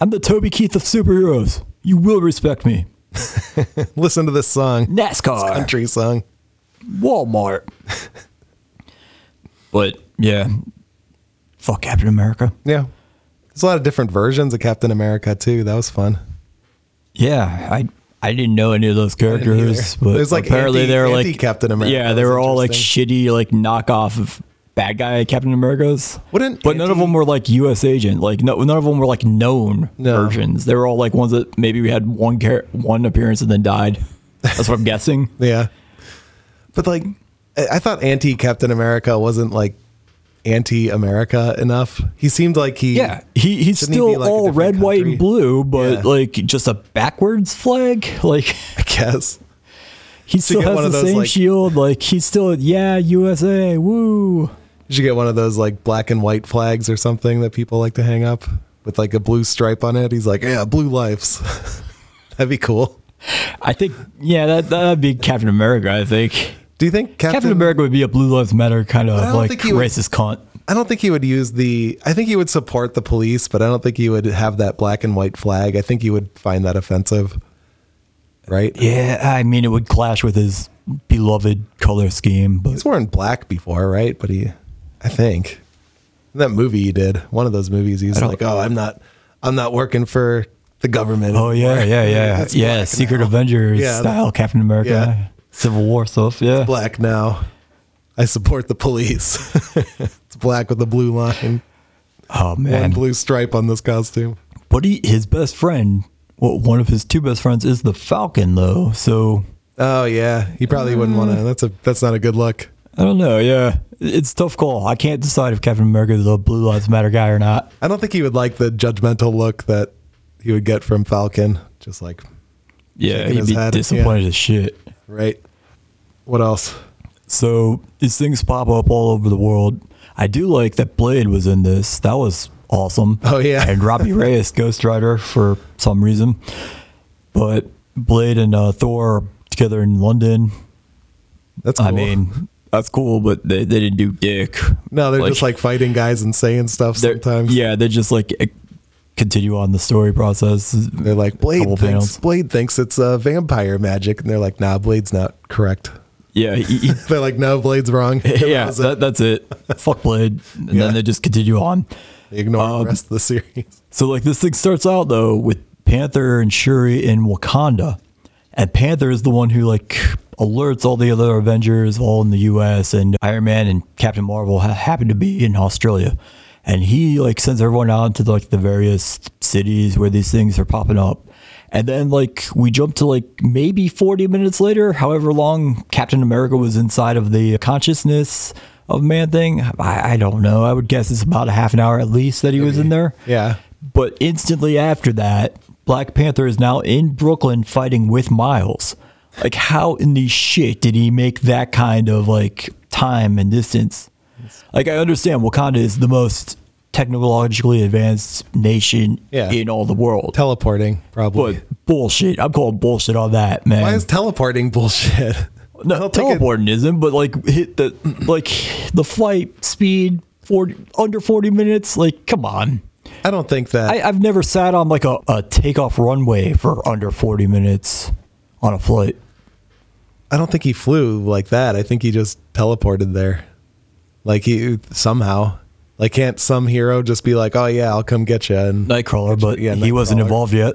[SPEAKER 2] I'm the Toby Keith of superheroes. You will respect me.
[SPEAKER 1] Listen to this song,
[SPEAKER 2] NASCAR,
[SPEAKER 1] country song.
[SPEAKER 2] Walmart, But yeah, fuck Captain America.
[SPEAKER 1] Yeah. There's a lot of different versions of Captain America too. That was fun.
[SPEAKER 2] Yeah, I I didn't know any of those characters,
[SPEAKER 1] either.
[SPEAKER 2] but
[SPEAKER 1] There's, like,
[SPEAKER 2] apparently
[SPEAKER 1] anti-
[SPEAKER 2] they were like
[SPEAKER 1] anti-Captain America.
[SPEAKER 2] Yeah, they
[SPEAKER 1] That's
[SPEAKER 2] were all like
[SPEAKER 1] interesting.
[SPEAKER 2] shitty, like knockoff of bad guy Captain Americas.
[SPEAKER 1] Wouldn't
[SPEAKER 2] but none of
[SPEAKER 1] anti-
[SPEAKER 2] them were like U.S. agent. Like no, none of them were like known
[SPEAKER 1] No.
[SPEAKER 2] versions. They were all like ones that maybe we had one char- one appearance and then died. That's what I'm guessing.
[SPEAKER 1] Yeah. But like I I thought anti Captain America wasn't like anti America enough. He seemed like he
[SPEAKER 2] Yeah, he he's
[SPEAKER 1] Shouldn't he
[SPEAKER 2] still
[SPEAKER 1] be, like, a
[SPEAKER 2] all
[SPEAKER 1] different
[SPEAKER 2] red, white,
[SPEAKER 1] country?
[SPEAKER 2] and blue, but
[SPEAKER 1] Yeah.
[SPEAKER 2] like just a backwards flag. Like
[SPEAKER 1] I guess.
[SPEAKER 2] he still
[SPEAKER 1] get
[SPEAKER 2] has
[SPEAKER 1] one
[SPEAKER 2] the
[SPEAKER 1] of those,
[SPEAKER 2] same
[SPEAKER 1] like-
[SPEAKER 2] shield. Like he's still yeah USA woo.
[SPEAKER 1] You should get one of those like black and white flags or something that people like to hang up with like a blue stripe on it. He's like, Yeah, blue lives. That'd be cool.
[SPEAKER 2] I think yeah that that'd be Captain America. I think Captain,
[SPEAKER 1] Do you think Captain,
[SPEAKER 2] America would be a blue lives matter kind
[SPEAKER 1] I
[SPEAKER 2] of
[SPEAKER 1] don't
[SPEAKER 2] like
[SPEAKER 1] think he would-
[SPEAKER 2] racist cunt.
[SPEAKER 1] I don't think he would use the I think he would support the police, but I don't think he would have that black and white flag. I think he would find that offensive. Right?
[SPEAKER 2] Yeah, I mean it would clash with his beloved color scheme, but
[SPEAKER 1] He's worn black before, right? But he, I think, that movie he did, one of those movies, he's
[SPEAKER 2] don't-
[SPEAKER 1] like, "Oh, I'm not, I'm not working for the government."
[SPEAKER 2] oh yeah yeah yeah
[SPEAKER 1] It's
[SPEAKER 2] yeah
[SPEAKER 1] black
[SPEAKER 2] Secret
[SPEAKER 1] now.
[SPEAKER 2] Avengers
[SPEAKER 1] Yeah, that-
[SPEAKER 2] style Captain America
[SPEAKER 1] yeah.
[SPEAKER 2] Civil War stuff yeah.
[SPEAKER 1] black now. I support the police. it's black with a blue line,
[SPEAKER 2] Oh man,
[SPEAKER 1] one blue stripe on this costume.
[SPEAKER 2] But he, his best friend, well, one of his two best friends is the Falcon, though. So
[SPEAKER 1] Oh yeah, he probably wouldn't want
[SPEAKER 2] Mm.
[SPEAKER 1] to. That's a that's not a good look.
[SPEAKER 2] I don't know. Yeah, it's a tough call. I can't decide if Captain America is a Blue Lives Matter guy or not.
[SPEAKER 1] I don't think he would like the judgmental look that he would get from Falcon. Just like
[SPEAKER 2] Yeah,
[SPEAKER 1] Shaking
[SPEAKER 2] he'd
[SPEAKER 1] his
[SPEAKER 2] be
[SPEAKER 1] head,
[SPEAKER 2] disappointed as shit.
[SPEAKER 1] right. What else?
[SPEAKER 2] So these things pop up all over the world. I do like that Blade was in this. That was awesome.
[SPEAKER 1] Oh, yeah.
[SPEAKER 2] and Robbie Reyes Ghost Rider for some reason, but Blade and uh, Thor are together in London.
[SPEAKER 1] That's cool.
[SPEAKER 2] I mean. That's cool, but they, they didn't do dick.
[SPEAKER 1] No, they're just like fighting guys and saying stuff
[SPEAKER 2] they're-
[SPEAKER 1] sometimes.
[SPEAKER 2] Yeah, they just like eh, continue on the story process.
[SPEAKER 1] They're like Blade
[SPEAKER 2] Couple
[SPEAKER 1] thinks
[SPEAKER 2] panels.
[SPEAKER 1] Blade thinks it's uh, vampire magic, and they're like, "Nah, Blade's not correct."
[SPEAKER 2] Yeah, he-
[SPEAKER 1] They're like, "No, Blade's wrong."
[SPEAKER 2] he-
[SPEAKER 1] That
[SPEAKER 2] yeah,
[SPEAKER 1] was
[SPEAKER 2] that,
[SPEAKER 1] it.
[SPEAKER 2] that's it. Fuck Blade, and
[SPEAKER 1] Yeah.
[SPEAKER 2] then they just continue on.
[SPEAKER 1] They ignore
[SPEAKER 2] um,
[SPEAKER 1] the rest of the series.
[SPEAKER 2] So like this thing starts out though with Panther and Shuri in Wakanda, and Panther is the one who like alerts all the other Avengers all in the U.S. and Iron Man and Captain Marvel ha- happen to be in Australia, and he like sends everyone out into like the various cities where these things are popping up. And then, like, we jump to like maybe 40 minutes later, however long Captain America was inside of the consciousness of Man Thing. I, I don't know. I would guess it's about a half an hour at least that he was in there.
[SPEAKER 1] Yeah.
[SPEAKER 2] But instantly after that, Black Panther is now in Brooklyn fighting with Miles. Like, how in the shit did he make that kind of like time and distance? Like, I understand Wakanda is the most technologically advanced nation
[SPEAKER 1] Yeah.
[SPEAKER 2] in all the world.
[SPEAKER 1] Teleporting, probably.
[SPEAKER 2] But bullshit. I'm calling bullshit on that, man.
[SPEAKER 1] Why is teleporting bullshit? I
[SPEAKER 2] no,
[SPEAKER 1] don't think it-
[SPEAKER 2] teleporting isn't, but like hit the like the flight speed 40, under 40 minutes. Like, come on.
[SPEAKER 1] I don't think that.
[SPEAKER 2] I, I've never sat on like a, a takeoff runway for under 40 minutes on a flight.
[SPEAKER 1] I don't think he flew like that. I think he just teleported there, like he somehow. Like, can't some hero just be like, "Oh yeah, I'll come get you"? And
[SPEAKER 2] Nightcrawler, but
[SPEAKER 1] Yeah,
[SPEAKER 2] he wasn't
[SPEAKER 1] Nightcrawler.
[SPEAKER 2] involved yet.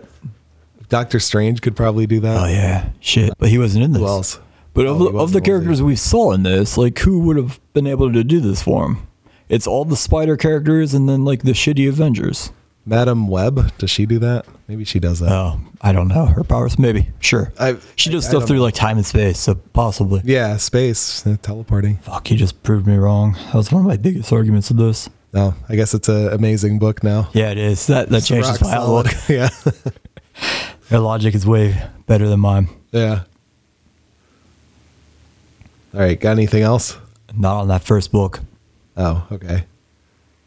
[SPEAKER 1] Doctor Strange could probably do that.
[SPEAKER 2] Oh yeah, shit. But he wasn't in this.
[SPEAKER 1] Who else?
[SPEAKER 2] But
[SPEAKER 1] Oh,
[SPEAKER 2] of,
[SPEAKER 1] he
[SPEAKER 2] the-
[SPEAKER 1] wasn't,
[SPEAKER 2] of the
[SPEAKER 1] was he?
[SPEAKER 2] characters we saw in this, like who would have been able to do this for him? It's all the spider characters and then like the shitty Avengers.
[SPEAKER 1] Madam Web, does she do that? Maybe she does that.
[SPEAKER 2] Oh, I don't know her powers. Maybe sure.
[SPEAKER 1] I-
[SPEAKER 2] she does
[SPEAKER 1] I- I
[SPEAKER 2] stuff
[SPEAKER 1] don't
[SPEAKER 2] through
[SPEAKER 1] know.
[SPEAKER 2] like time and space, so possibly.
[SPEAKER 1] Yeah, space uh, teleporting.
[SPEAKER 2] Fuck, you just proved me wrong. That was one of my biggest arguments of this.
[SPEAKER 1] No, I guess it's an amazing book now.
[SPEAKER 2] Yeah, it is. That that changes
[SPEAKER 1] Rock
[SPEAKER 2] my
[SPEAKER 1] solid.
[SPEAKER 2] outlook.
[SPEAKER 1] yeah,
[SPEAKER 2] Their logic is way better than mine.
[SPEAKER 1] yeah. All right, got anything else?
[SPEAKER 2] Not on that first book.
[SPEAKER 1] Oh, okay.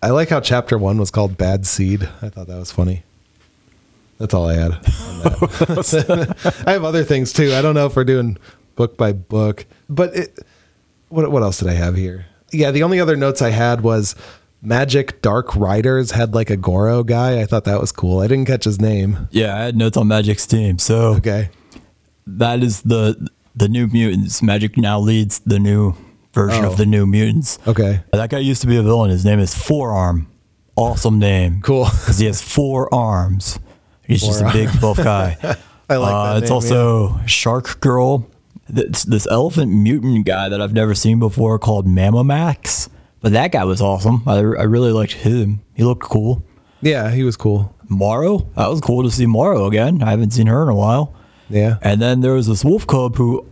[SPEAKER 1] I like how chapter one was called "Bad Seed." I thought that was funny. That's all I had. on that. I have other things too. I don't know if we're doing book by book, but it, what what else did I have here? Yeah, the only other notes I had was Magic Dark Riders had like a Goro guy. I thought that was cool. I didn't catch his name.
[SPEAKER 2] Yeah, I had notes on Magic's team. So
[SPEAKER 1] Okay.
[SPEAKER 2] that is the the new mutants. Magic now leads the new version
[SPEAKER 1] Oh.
[SPEAKER 2] of the New Mutants.
[SPEAKER 1] Okay.
[SPEAKER 2] That guy used to be a villain. His name is Forearm. Awesome name.
[SPEAKER 1] Cool.
[SPEAKER 2] Because he has four arms. He's just a big buff guy.
[SPEAKER 1] I like
[SPEAKER 2] uh,
[SPEAKER 1] that
[SPEAKER 2] It's
[SPEAKER 1] name,
[SPEAKER 2] also Shark Girl. It's this elephant mutant guy that I've never seen before called Mamma Max. But that guy was awesome. I, I really liked him. He looked cool.
[SPEAKER 1] Yeah, he was cool.
[SPEAKER 2] Morrow. That was cool to see Morrow again. I haven't seen her in a while.
[SPEAKER 1] Yeah.
[SPEAKER 2] And then there was this wolf cub who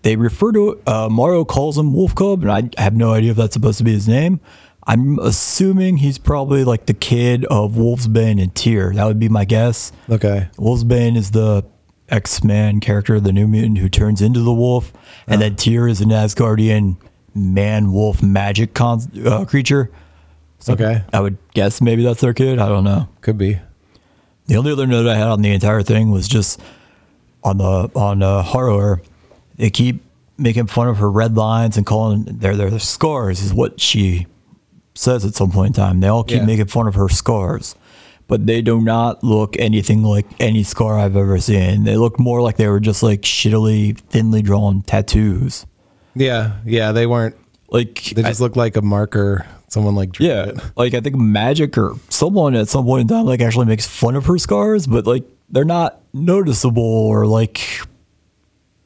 [SPEAKER 2] they refer to. Uh, Morrow calls him Wolf Cub, and I have no idea if that's supposed to be his name. I'm assuming he's probably like the kid of Wolfsbane and Tyr. That would be my guess.
[SPEAKER 1] Okay.
[SPEAKER 2] Wolfsbane is the X-Man character, the new mutant who turns into the wolf, and then Tyr is an Asgardian man-wolf magic con- uh, creature. So
[SPEAKER 1] Okay.
[SPEAKER 2] I would guess maybe that's their kid. I don't know.
[SPEAKER 1] Could be.
[SPEAKER 2] The only other note I had on the entire thing was just on the on uh, horror. They keep making fun of her red lines and calling their their scars is what she says at some point in time. They all keep
[SPEAKER 1] Yeah.
[SPEAKER 2] making fun of her scars, but they do not look anything like any scar I've ever seen. They look more like they were just like shittily thinly drawn tattoos.
[SPEAKER 1] Yeah. Yeah. They weren't,
[SPEAKER 2] Like
[SPEAKER 1] they just looked like a marker. Someone like drew
[SPEAKER 2] yeah,
[SPEAKER 1] it.
[SPEAKER 2] like I think Magic or someone at some point in time like actually makes fun of her scars, but like they're not noticeable or like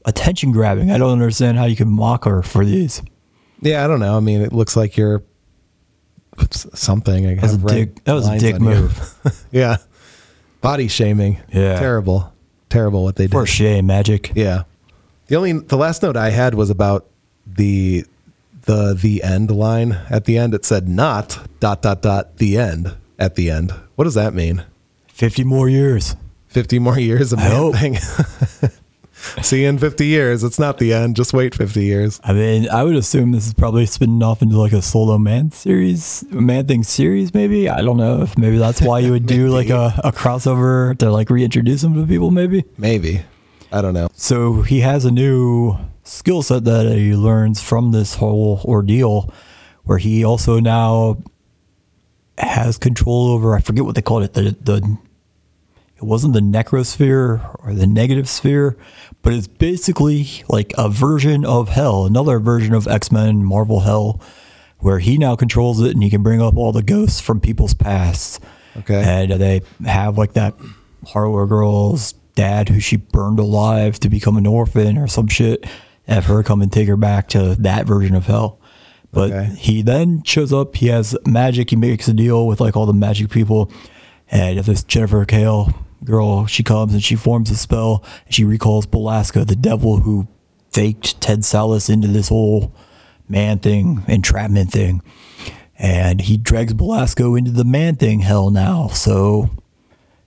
[SPEAKER 2] attention grabbing. I don't understand how you can mock her for these.
[SPEAKER 1] Yeah. I don't know. I mean, it looks like you're s- something. I
[SPEAKER 2] That was
[SPEAKER 1] guess.
[SPEAKER 2] a dick. That was a dick move.
[SPEAKER 1] yeah. Body shaming.
[SPEAKER 2] Yeah.
[SPEAKER 1] Terrible. Terrible what they did.
[SPEAKER 2] For shame, Magic.
[SPEAKER 1] Yeah. The only the last note I had was about the the the end line. At the end it said not dot dot dot the end at the end. What does that mean?
[SPEAKER 2] Fifty more years.
[SPEAKER 1] 50 more years of
[SPEAKER 2] I hope.
[SPEAKER 1] thing. See you in 50 years. It's not the end. Just wait 50 years.
[SPEAKER 2] I mean, I would assume this is probably spinning off into like a solo man series, man thing series, maybe. I don't know if maybe that's why you would do like a, a crossover to like reintroduce him to people, maybe.
[SPEAKER 1] Maybe. I don't know.
[SPEAKER 2] So he has a new skill set that he learns from this whole ordeal, where he also now has control over. I forget what they called it. The the it wasn't the necrosphere or the negative sphere, but it's basically like a version of hell, another version of X Men Marvel Hell, where he now controls it and he can bring up all the ghosts from people's pasts.
[SPEAKER 1] Okay.
[SPEAKER 2] And they have like that horror girl's dad who she burned alive to become an orphan or some shit, have her come and take her back to that version of hell. But
[SPEAKER 1] Okay.
[SPEAKER 2] he then shows up. He has magic. He makes a deal with like all the magic people. And if this Jennifer Kale girl, she comes and she forms a spell. And she recalls Belasco, the devil who faked Ted Salas into this whole man thing, entrapment thing. And he drags Belasco into the man thing hell now. So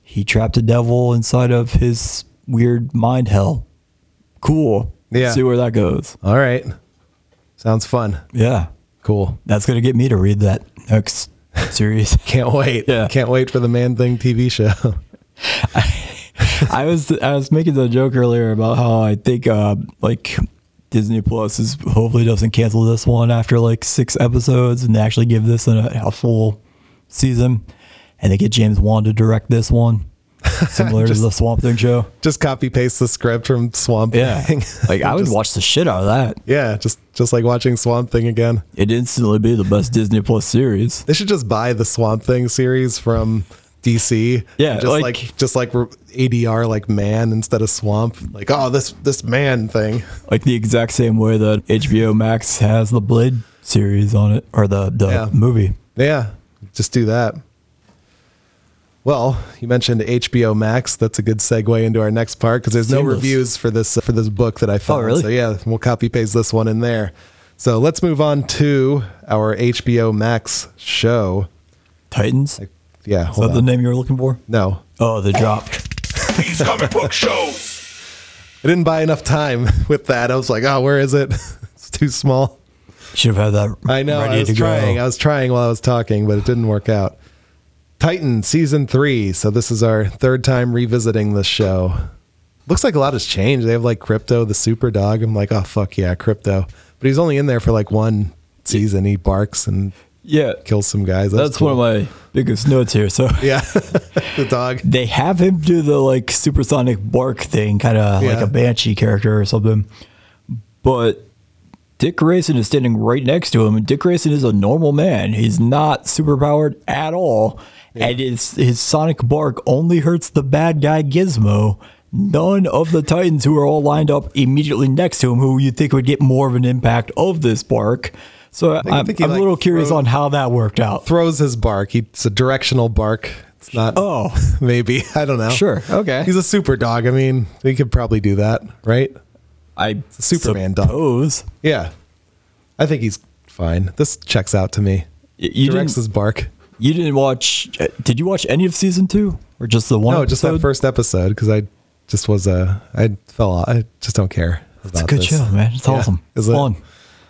[SPEAKER 2] he trapped a devil inside of his weird mind hell. Cool.
[SPEAKER 1] Yeah.
[SPEAKER 2] See where that goes.
[SPEAKER 1] All right. Sounds fun.
[SPEAKER 2] Yeah.
[SPEAKER 1] Cool.
[SPEAKER 2] That's gonna get me to read that next series.
[SPEAKER 1] Can't wait.
[SPEAKER 2] Yeah.
[SPEAKER 1] Can't wait for the Man Thing TV show.
[SPEAKER 2] I was I was making the joke earlier about how I think uh, like Disney Plus is hopefully doesn't cancel this one after like six episodes and they actually give this an, a full season and they get James Wan to direct this one, similar to the Swamp Thing show.
[SPEAKER 1] just copy paste the script from Swamp Thing.
[SPEAKER 2] like I would watch the shit out of that.
[SPEAKER 1] yeah, just just like watching Swamp Thing again.
[SPEAKER 2] It'd instantly be the best Disney Plus series.
[SPEAKER 1] They should just buy the Swamp Thing series from DC.
[SPEAKER 2] Yeah,
[SPEAKER 1] And just
[SPEAKER 2] like-
[SPEAKER 1] like, just like re- ADR, like man instead of swamp. Like oh, this this man thing.
[SPEAKER 2] Like the exact same way that HBO Max has the Blade series on it or the the
[SPEAKER 1] Yeah.
[SPEAKER 2] movie.
[SPEAKER 1] Yeah, just do that. Well, you mentioned HBO Max. That's a good segue into our next part because there's no
[SPEAKER 2] Seamless. Oh,
[SPEAKER 1] reviews for this uh, for this book that I found.
[SPEAKER 2] really?
[SPEAKER 1] So yeah, we'll copy paste this one in there. So let's move on to our HBO Max show.
[SPEAKER 2] Titans. Is
[SPEAKER 1] Yeah,
[SPEAKER 2] that
[SPEAKER 1] hold
[SPEAKER 2] the
[SPEAKER 1] on.
[SPEAKER 2] name you were looking for?
[SPEAKER 1] no,
[SPEAKER 2] Oh, the drop.
[SPEAKER 3] These comic book shows.
[SPEAKER 1] I didn't buy enough time with that. I was like, oh, where is it? it's too small.
[SPEAKER 2] Should have had that.
[SPEAKER 1] I know.
[SPEAKER 2] Ready
[SPEAKER 1] I was
[SPEAKER 2] to
[SPEAKER 1] trying.
[SPEAKER 2] Go.
[SPEAKER 1] I was trying while I was talking, but it didn't work out. Titan season three. So this is our third time revisiting this show. Looks like a lot has changed. They have like Crypto, the super dog. I'm like, oh fuck yeah, Crypto. But he's only in there for like one season. He barks and
[SPEAKER 2] yeah,
[SPEAKER 1] kills some guys.
[SPEAKER 2] that's one of my biggest notes here. So
[SPEAKER 1] yeah, the dog.
[SPEAKER 2] they have him do the like supersonic bark thing, kind of like
[SPEAKER 1] Yeah.
[SPEAKER 2] a banshee character or something. But Dick Grayson is standing right next to him. and Dick Grayson is a normal man. He's not superpowered at all. And his, his sonic bark only hurts the bad guy Gizmo. None of the Titans who are all lined up immediately next to him, who you think would get more of an impact of this bark. So I am
[SPEAKER 1] think he,
[SPEAKER 2] I'm
[SPEAKER 1] like,
[SPEAKER 2] a little curious
[SPEAKER 1] throws-
[SPEAKER 2] on how that worked out.
[SPEAKER 1] Throws his bark. He, it's a directional bark. It's not.
[SPEAKER 2] Oh.
[SPEAKER 1] maybe I don't know.
[SPEAKER 2] Sure, okay.
[SPEAKER 1] He's a super dog. I mean, he could probably do that, right?
[SPEAKER 2] I
[SPEAKER 1] Superman dog.
[SPEAKER 2] suppose.
[SPEAKER 1] Yeah, I think he's fine. This checks out to me.
[SPEAKER 2] Y- You
[SPEAKER 1] Directs
[SPEAKER 2] didn't,
[SPEAKER 1] his bark.
[SPEAKER 2] you didn't watch. uh, Did you watch any of season two or just the one?
[SPEAKER 1] No, just that
[SPEAKER 2] episode?
[SPEAKER 1] first episode because I just was uh, I fell off. I just don't care.
[SPEAKER 2] It's a
[SPEAKER 1] about
[SPEAKER 2] good
[SPEAKER 1] this.
[SPEAKER 2] show, man. It's
[SPEAKER 1] Yeah,
[SPEAKER 2] awesome. It's
[SPEAKER 1] is it?
[SPEAKER 2] fun.
[SPEAKER 1] I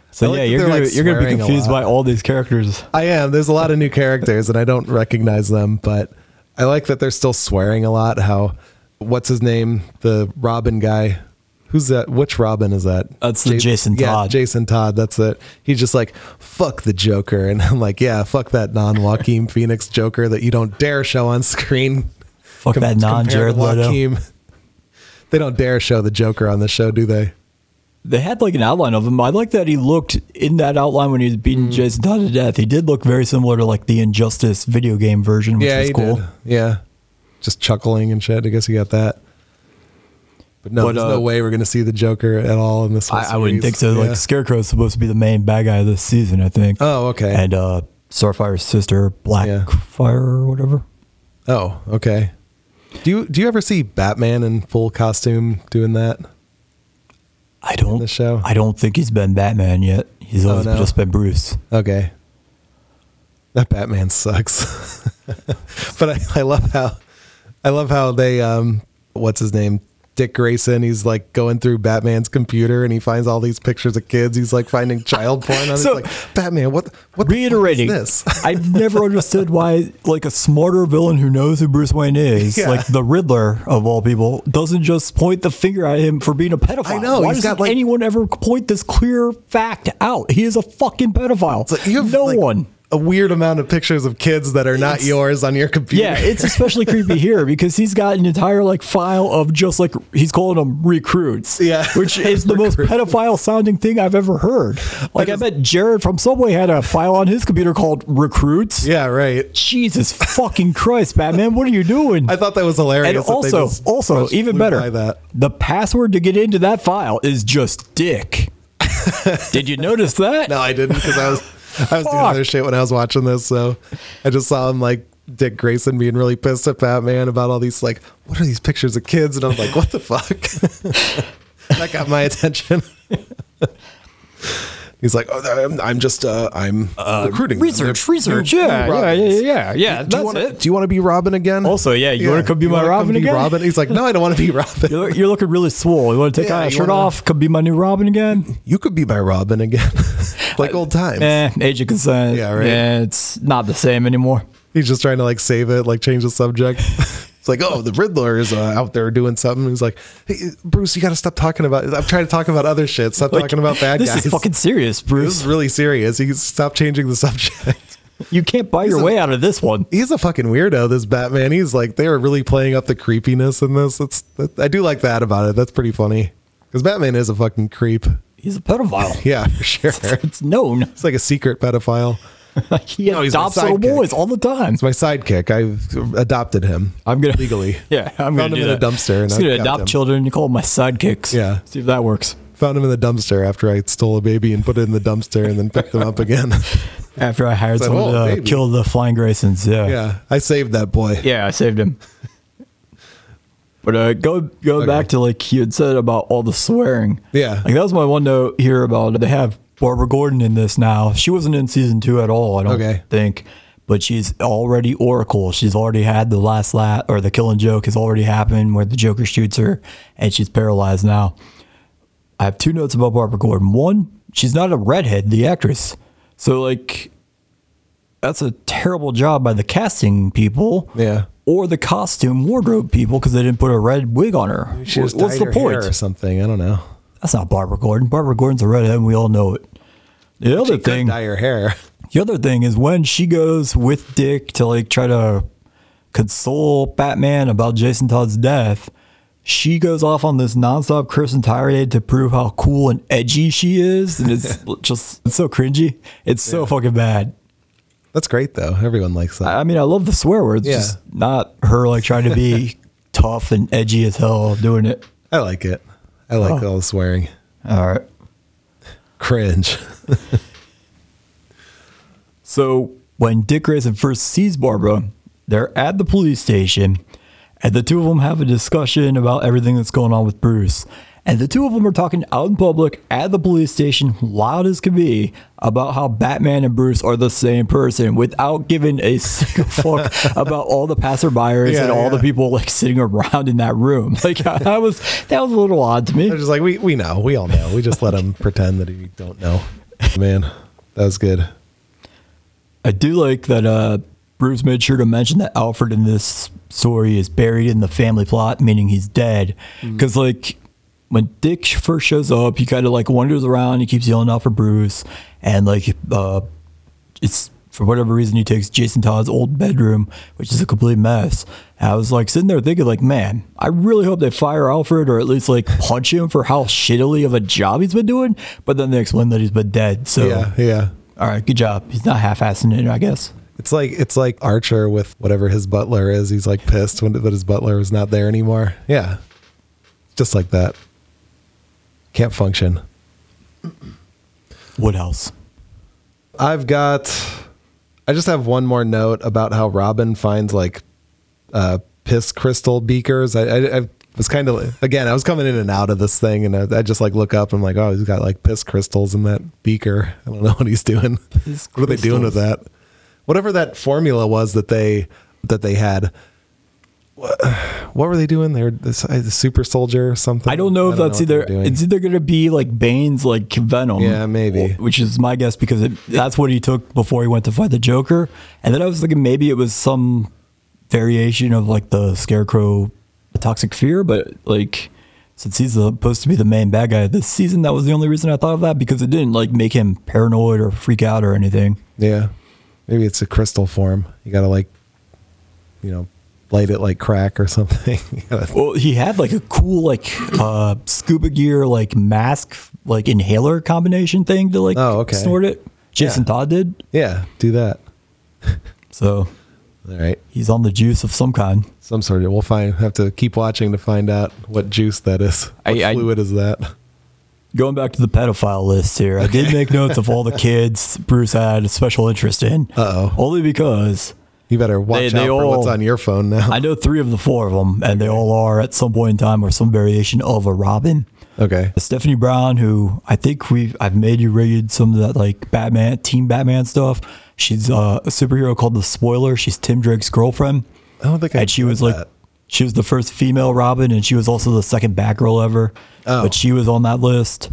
[SPEAKER 2] So
[SPEAKER 1] like
[SPEAKER 2] yeah,
[SPEAKER 1] that
[SPEAKER 2] you're
[SPEAKER 1] they're,
[SPEAKER 2] gonna
[SPEAKER 1] like,
[SPEAKER 2] you're gonna be
[SPEAKER 1] swearing a
[SPEAKER 2] confused
[SPEAKER 1] lot.
[SPEAKER 2] by all these characters.
[SPEAKER 1] I am. There's a lot of new characters and I don't recognize them, but I like that they're still swearing a lot. How, what's his name? The Robin guy. Who's that? Which Robin is that?
[SPEAKER 2] That's the Jason
[SPEAKER 1] yeah,
[SPEAKER 2] Todd.
[SPEAKER 1] Jason Todd. That's it. He's just like, fuck the Joker. And I'm like, yeah, fuck that non Joaquin Phoenix Joker that you don't dare show on screen.
[SPEAKER 2] Fuck
[SPEAKER 1] com-
[SPEAKER 2] that non
[SPEAKER 1] compared
[SPEAKER 2] Jared
[SPEAKER 1] to
[SPEAKER 2] Leto.
[SPEAKER 1] Joaquin. They don't dare show the Joker on the show, do they?
[SPEAKER 2] They had like an outline of him. I like that he looked in that outline when he was beating
[SPEAKER 1] Mm.
[SPEAKER 2] Jason Todd to death. He did look very similar to like the Injustice video game version, which
[SPEAKER 1] yeah,
[SPEAKER 2] was
[SPEAKER 1] he
[SPEAKER 2] cool.
[SPEAKER 1] did. Yeah, just chuckling and shit. I guess he got that. But no,
[SPEAKER 2] But,
[SPEAKER 1] there's
[SPEAKER 2] uh,
[SPEAKER 1] no way we're gonna see the Joker at all in this. whole
[SPEAKER 2] I, I wouldn't think
[SPEAKER 1] series.
[SPEAKER 2] so.
[SPEAKER 1] Yeah.
[SPEAKER 2] Like Scarecrow is supposed to be the main bad guy this season, I think.
[SPEAKER 1] oh, okay.
[SPEAKER 2] And uh Starfire's sister,
[SPEAKER 1] Yeah.
[SPEAKER 2] Blackfire or whatever.
[SPEAKER 1] oh, okay. Do you do you ever see Batman in full costume doing that?
[SPEAKER 2] I don't
[SPEAKER 1] the show?
[SPEAKER 2] I don't think he's been Batman yet. He's
[SPEAKER 1] Oh,
[SPEAKER 2] always
[SPEAKER 1] no.
[SPEAKER 2] just been Bruce.
[SPEAKER 1] Okay. That Batman sucks. but I, I love how I love how they um what's his name? Dick Grayson, he's like going through Batman's computer and he finds all these pictures of kids. He's like finding child porn on
[SPEAKER 2] So-
[SPEAKER 1] it. It's like, Batman, what what the fuck is
[SPEAKER 2] reiterating
[SPEAKER 1] this?
[SPEAKER 2] I've never understood why like a smarter villain who knows who Bruce Wayne is,
[SPEAKER 1] Yeah.
[SPEAKER 2] like the Riddler of all people, doesn't just point the finger at him for being a pedophile.
[SPEAKER 1] I know,
[SPEAKER 2] Why
[SPEAKER 1] he's
[SPEAKER 2] doesn't
[SPEAKER 1] got, like-
[SPEAKER 2] anyone ever point this clear fact out? He is a fucking pedophile.
[SPEAKER 1] It's like, you have
[SPEAKER 2] no
[SPEAKER 1] like,
[SPEAKER 2] one.
[SPEAKER 1] A weird amount of pictures of kids that are not yours on your computer.
[SPEAKER 2] Yeah, it's especially creepy here because he's got an entire like file of just like he's calling them recruits.
[SPEAKER 1] Yeah.
[SPEAKER 2] which is the most pedophile sounding thing I've ever heard. Like I, bet Jared from Subway had a file on his computer called recruits.
[SPEAKER 1] yeah, right.
[SPEAKER 2] Jesus fucking Christ, Batman! What are you doing?
[SPEAKER 1] I thought that was hilarious.
[SPEAKER 2] and
[SPEAKER 1] that they
[SPEAKER 2] also,
[SPEAKER 1] just
[SPEAKER 2] also
[SPEAKER 1] flew
[SPEAKER 2] even
[SPEAKER 1] by
[SPEAKER 2] better,
[SPEAKER 1] that.
[SPEAKER 2] the password to get into that file is just dick. Did you notice that?
[SPEAKER 1] No, I didn't because I was I was doing other
[SPEAKER 2] Fuck.
[SPEAKER 1] shit when I was watching this. So I just saw him like Dick Grayson being really pissed at Batman about all these like, what are these pictures of kids? And I'm like, what the fuck? that got my attention. He's like, oh, I'm, I'm just, uh, I'm recruiting them.
[SPEAKER 2] research,
[SPEAKER 1] They're
[SPEAKER 2] research.
[SPEAKER 1] new-
[SPEAKER 2] Yeah,
[SPEAKER 1] new
[SPEAKER 2] yeah, yeah,
[SPEAKER 1] Robins.
[SPEAKER 2] yeah, yeah.
[SPEAKER 1] Do you
[SPEAKER 2] That's
[SPEAKER 1] want to?
[SPEAKER 2] it.
[SPEAKER 1] Do you want to be Robin again?
[SPEAKER 2] Also, yeah, you wanna come be my
[SPEAKER 1] wanna
[SPEAKER 2] Robin again?
[SPEAKER 1] Robin? He's like, no, I don't want to be Robin.
[SPEAKER 2] You're, look- you're looking really swole. You want to take
[SPEAKER 1] Yeah,
[SPEAKER 2] my
[SPEAKER 1] you
[SPEAKER 2] shirt
[SPEAKER 1] wanna-
[SPEAKER 2] off? Could be my new Robin again.
[SPEAKER 1] You could be my Robin again, like old times.
[SPEAKER 2] Eh, age of consent.
[SPEAKER 1] Yeah, right.
[SPEAKER 2] Yeah, it's not the same anymore.
[SPEAKER 1] He's just trying to like save it, like change the subject. It's like, oh, the Riddler is uh, out there doing something. He's like, hey, Bruce, you got to stop talking about. I'm trying to talk about other shit. Stop
[SPEAKER 2] Like,
[SPEAKER 1] talking about bad
[SPEAKER 2] this
[SPEAKER 1] guys.
[SPEAKER 2] is fucking serious,
[SPEAKER 1] this is
[SPEAKER 2] Bruce.
[SPEAKER 1] really serious. He stop changing the subject.
[SPEAKER 2] You can't buy your
[SPEAKER 1] a-
[SPEAKER 2] way out of this one.
[SPEAKER 1] He's a fucking weirdo. This Batman. He's like, they are really playing up the creepiness in this. That's that, I do like that about it. That's pretty funny because Batman is a fucking creep.
[SPEAKER 2] He's a pedophile.
[SPEAKER 1] Yeah, for sure.
[SPEAKER 2] It's known.
[SPEAKER 1] It's like a secret pedophile.
[SPEAKER 2] Like he
[SPEAKER 1] No, he's my
[SPEAKER 2] adopts little
[SPEAKER 1] sidekick.
[SPEAKER 2] boys all the time.
[SPEAKER 1] It's my sidekick. I've adopted him.
[SPEAKER 2] I'm gonna
[SPEAKER 1] legally.
[SPEAKER 2] Yeah,
[SPEAKER 1] Found
[SPEAKER 2] I'm gonna do
[SPEAKER 1] him in a
[SPEAKER 2] that.
[SPEAKER 1] dumpster and
[SPEAKER 2] Just gonna
[SPEAKER 1] I've kept
[SPEAKER 2] adopt
[SPEAKER 1] him.
[SPEAKER 2] children and call them my sidekicks.
[SPEAKER 1] Yeah.
[SPEAKER 2] see if that works.
[SPEAKER 1] Found him in the dumpster after I stole a baby and put it in the dumpster and then picked him up again.
[SPEAKER 2] After I hired
[SPEAKER 1] like,
[SPEAKER 2] someone
[SPEAKER 1] "Oh,
[SPEAKER 2] to uh,
[SPEAKER 1] baby."
[SPEAKER 2] kill the flying Graysons. Yeah.
[SPEAKER 1] yeah, I saved that boy.
[SPEAKER 2] Yeah, I saved him. But uh, go go
[SPEAKER 1] Okay.
[SPEAKER 2] back to like you had said about all the swearing.
[SPEAKER 1] Yeah.
[SPEAKER 2] like that was my one note here about they have Barbara Gordon in this now. She wasn't in season two at all. I don't
[SPEAKER 1] Okay.
[SPEAKER 2] think, but she's already Oracle. She's already had the last lat or the killing joke has already happened where the Joker shoots her and she's paralyzed now. I have two notes about Barbara Gordon. One, she's not a redhead, the actress. So like that's a terrible job by the casting people.
[SPEAKER 1] Yeah.
[SPEAKER 2] Or the costume wardrobe people because they didn't put a red wig on her.
[SPEAKER 1] She just
[SPEAKER 2] Wh- What's
[SPEAKER 1] dyed
[SPEAKER 2] the
[SPEAKER 1] her
[SPEAKER 2] point?
[SPEAKER 1] hair or something? I don't know.
[SPEAKER 2] That's not Barbara Gordon. Barbara Gordon's a redhead, and we all know it. The other
[SPEAKER 1] Could
[SPEAKER 2] thing,
[SPEAKER 1] dye her hair.
[SPEAKER 2] the other thing is when she goes with Dick to like try to console Batman about Jason Todd's death, she goes off on this nonstop Kirsten tirade to prove how cool and edgy she is, and it's just it's so cringy. It's so fucking bad.
[SPEAKER 1] That's great though. Everyone likes that.
[SPEAKER 2] I mean, I love the swear words,
[SPEAKER 1] Yeah.
[SPEAKER 2] just not her like trying to be tough and edgy as hell doing it.
[SPEAKER 1] I like it. I
[SPEAKER 2] Oh.
[SPEAKER 1] like all the swearing.
[SPEAKER 2] All right.
[SPEAKER 1] Cringe.
[SPEAKER 2] So when Dick Grayson first sees Barbara, they're at the police station, and the two of them have a discussion about everything that's going on with Bruce. And the two of them are talking out in public at the police station, loud as can be, about how Batman and Bruce are the same person without giving a single fuck about all the passerbyers
[SPEAKER 1] Yeah,
[SPEAKER 2] and all the
[SPEAKER 1] yeah.
[SPEAKER 2] people like sitting around in that room. Like I, I was, that was a little odd to me.
[SPEAKER 1] They're just like we we know. We all know. We just let him pretend that he don't know. Man, that was good.
[SPEAKER 2] I do like that uh, Bruce made sure to mention that Alfred in this story is buried in the family plot, meaning he's dead. Because, like, when Dick first shows up, he kind of like wanders around, he keeps yelling out for Bruce, and like, uh, it's for whatever reason he takes Jason Todd's old bedroom, which is a complete mess. And I was like sitting there thinking, like, man, I really hope they fire Alfred or at least like punch him for how shittily of a job he's been doing. But then they explain that he's been dead, so
[SPEAKER 1] Yeah, yeah.
[SPEAKER 2] all right, good job. He's not half-assing it, I guess.
[SPEAKER 1] It's like it's like Archer with whatever his butler is. He's like pissed when that his butler is not there anymore. Yeah, just like that. Can't function.
[SPEAKER 2] What else?
[SPEAKER 1] I've got. I just have one more note about how Robin finds like uh, piss crystal beakers. I, I, I was kind of again. I was coming in and out of this thing, and I, I just like look up. and I'm like, oh, he's got like piss crystals in that beaker. I don't know what he's doing.
[SPEAKER 2] Piss
[SPEAKER 1] what are they doing with that? Whatever that formula was that they that they had. What, what were they doing? They were this, uh, the super soldier or something.
[SPEAKER 2] I don't know if that's
[SPEAKER 1] what they
[SPEAKER 2] either.
[SPEAKER 1] were doing.
[SPEAKER 2] It's either going to be like Bane's like Venom.
[SPEAKER 1] Yeah, maybe.
[SPEAKER 2] wh- Which is my guess because it, that's what he took before he went to fight the Joker. And then I was thinking maybe it was some variation of like the Scarecrow Toxic Fear, but like since he's supposed to be the main bad guy this season, that was the only reason I thought of that because it didn't like make him paranoid or freak out or anything.
[SPEAKER 1] Yeah. Maybe it's a crystal form. You gotta like you know, light it like crack or something. You gotta-
[SPEAKER 2] Well, he had like a cool like uh scuba gear like mask like inhaler combination thing to like
[SPEAKER 1] Oh, okay.
[SPEAKER 2] snort it. Jason
[SPEAKER 1] Yeah.
[SPEAKER 2] Todd did.
[SPEAKER 1] yeah, do that.
[SPEAKER 2] So
[SPEAKER 1] All right.
[SPEAKER 2] he's on the juice of some kind.
[SPEAKER 1] Some sort of we'll find have to keep watching to find out what juice that is. What
[SPEAKER 2] I- I-
[SPEAKER 1] fluid is that?
[SPEAKER 2] Going back to the pedophile list here, I did make notes of all the kids Bruce had a special interest in.
[SPEAKER 1] Uh-oh.
[SPEAKER 2] Only because
[SPEAKER 1] You better watch
[SPEAKER 2] They-
[SPEAKER 1] out
[SPEAKER 2] they
[SPEAKER 1] for what's
[SPEAKER 2] all-
[SPEAKER 1] on your phone now.
[SPEAKER 2] I know three of the four of them, and they all are at some point in time or some variation of a Robin.
[SPEAKER 1] okay.
[SPEAKER 2] Stephanie Brown, who I think we've I've made you read some of that like Batman Team Batman stuff. She's uh, a superhero called the Spoiler. She's Tim Drake's girlfriend,
[SPEAKER 1] I don't think I
[SPEAKER 2] and she
[SPEAKER 1] read
[SPEAKER 2] was like
[SPEAKER 1] that.
[SPEAKER 2] she was the first female Robin, and she was also the second Batgirl ever.
[SPEAKER 1] Oh.
[SPEAKER 2] But she was on that list.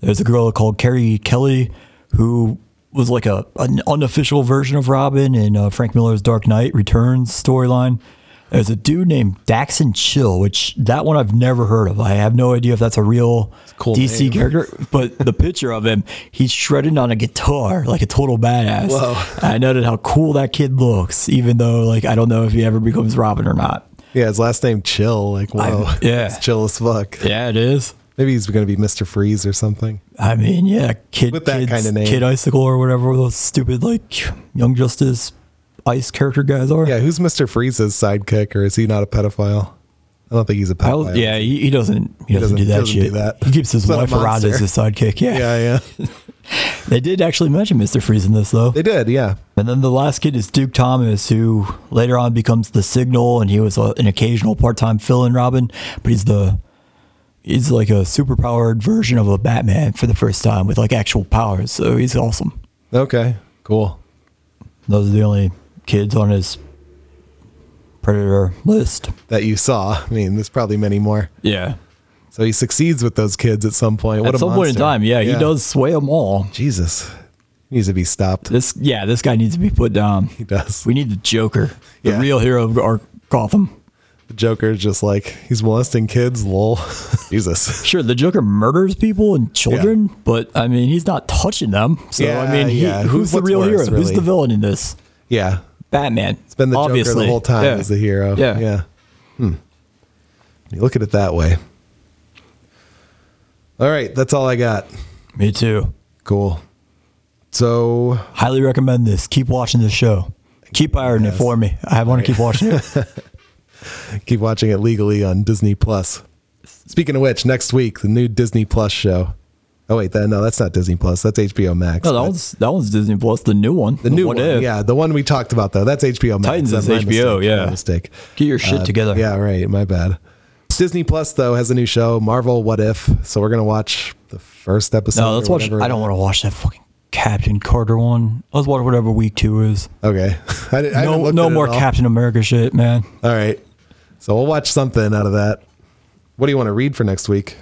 [SPEAKER 2] There's a girl called Carrie Kelly who was like a an unofficial version of Robin in uh, Frank Miller's Dark Knight Returns storyline. There's a dude named Daxon Chill, which that one I've never heard of. I have no idea if that's a real
[SPEAKER 1] cool
[SPEAKER 2] DC
[SPEAKER 1] name.
[SPEAKER 2] character, but the picture of him, he's shredding on a guitar like a total badass.
[SPEAKER 1] Whoa.
[SPEAKER 2] I noted how cool that kid looks, even though like I don't know if he ever becomes Robin or not.
[SPEAKER 1] Yeah, his last name Chill. Like, whoa.
[SPEAKER 2] yeah.
[SPEAKER 1] It's chill as fuck.
[SPEAKER 2] Yeah, it is.
[SPEAKER 1] Maybe he's gonna be Mr. Freeze or something.
[SPEAKER 2] I mean, yeah, kid
[SPEAKER 1] With that
[SPEAKER 2] kids-
[SPEAKER 1] kinda name.
[SPEAKER 2] kid icicle or whatever those stupid like Young Justice ice character guys are.
[SPEAKER 1] Yeah, who's Mr. Freeze's sidekick or is he not a pedophile? I don't think he's a
[SPEAKER 2] I
[SPEAKER 1] pedophile.
[SPEAKER 2] was- yeah, he, he doesn't. He, doesn't, do
[SPEAKER 1] doesn't-
[SPEAKER 2] that
[SPEAKER 1] doesn't do
[SPEAKER 2] shit.
[SPEAKER 1] that.
[SPEAKER 2] He keeps his
[SPEAKER 1] He's not a
[SPEAKER 2] wife around
[SPEAKER 1] monster.
[SPEAKER 2] as his sidekick. Yeah.
[SPEAKER 1] Yeah, yeah.
[SPEAKER 2] they did actually mention Mister Freeze in this though.
[SPEAKER 1] They did, yeah.
[SPEAKER 2] And then the last kid is Duke Thomas, who later on becomes the Signal, and he was a, an occasional part-time fill-in Robin, but he's the he's like a superpowered version of a Batman for the first time with like actual powers. So he's awesome.
[SPEAKER 1] Okay, cool.
[SPEAKER 2] Those are the only kids on his Predator list.
[SPEAKER 1] That you saw. I mean, there's probably many more.
[SPEAKER 2] Yeah.
[SPEAKER 1] So he succeeds with those kids at some point. What
[SPEAKER 2] At
[SPEAKER 1] a
[SPEAKER 2] some point in
[SPEAKER 1] monster.
[SPEAKER 2] time, yeah, he does sway them all.
[SPEAKER 1] Jesus, he needs to be stopped.
[SPEAKER 2] This yeah, this guy needs to be put down.
[SPEAKER 1] He does.
[SPEAKER 2] We need the Joker, the
[SPEAKER 1] Yeah.
[SPEAKER 2] real hero of our Gotham.
[SPEAKER 1] The Joker's just like he's molesting kids. Lol. Jesus.
[SPEAKER 2] Sure, the Joker murders people and children, but I mean, he's not touching them. So I
[SPEAKER 1] Yeah,
[SPEAKER 2] mean, he,
[SPEAKER 1] yeah.
[SPEAKER 2] who's
[SPEAKER 1] Who's-
[SPEAKER 2] the
[SPEAKER 1] what's
[SPEAKER 2] real
[SPEAKER 1] worse,
[SPEAKER 2] hero? Who's
[SPEAKER 1] really?
[SPEAKER 2] the villain in this?
[SPEAKER 1] Yeah,
[SPEAKER 2] Batman. It's
[SPEAKER 1] been the Joker the whole time as the hero.
[SPEAKER 2] Yeah.
[SPEAKER 1] yeah. Hmm. You look at it that way. All right, that's all I got.
[SPEAKER 2] Me too.
[SPEAKER 1] Cool. So
[SPEAKER 2] Highly recommend this. Keep watching this show. Keep hiring it for me. I want to keep watching it.
[SPEAKER 1] keep watching it legally on Disney Plus. Speaking of which, next week the new Disney Plus show. Oh wait, that, no, that's not Disney Plus. That's HBO Max.
[SPEAKER 2] No, that
[SPEAKER 1] but-
[SPEAKER 2] one's that one's Disney Plus, the new one.
[SPEAKER 1] the new one, yeah, the one we talked about though. That's HBO Max.
[SPEAKER 2] Titans
[SPEAKER 1] That's
[SPEAKER 2] is
[SPEAKER 1] my mistake,
[SPEAKER 2] HBO,
[SPEAKER 1] my
[SPEAKER 2] yeah.
[SPEAKER 1] mistake.
[SPEAKER 2] Get your shit
[SPEAKER 1] Uh,
[SPEAKER 2] together.
[SPEAKER 1] Yeah, right. My bad. Disney Plus though has a new show, Marvel What If. So we're gonna watch the first episode.
[SPEAKER 2] No, let's
[SPEAKER 1] or
[SPEAKER 2] watch.
[SPEAKER 1] whatever.
[SPEAKER 2] I don't want to watch that fucking Captain Carter one. Let's watch whatever week two is.
[SPEAKER 1] Okay. I, didn't- I haven't
[SPEAKER 2] No,
[SPEAKER 1] looked
[SPEAKER 2] no
[SPEAKER 1] at it
[SPEAKER 2] more
[SPEAKER 1] at all.
[SPEAKER 2] Captain America shit, man.
[SPEAKER 1] All right. So we'll watch something out of that. What do you want to read for next week?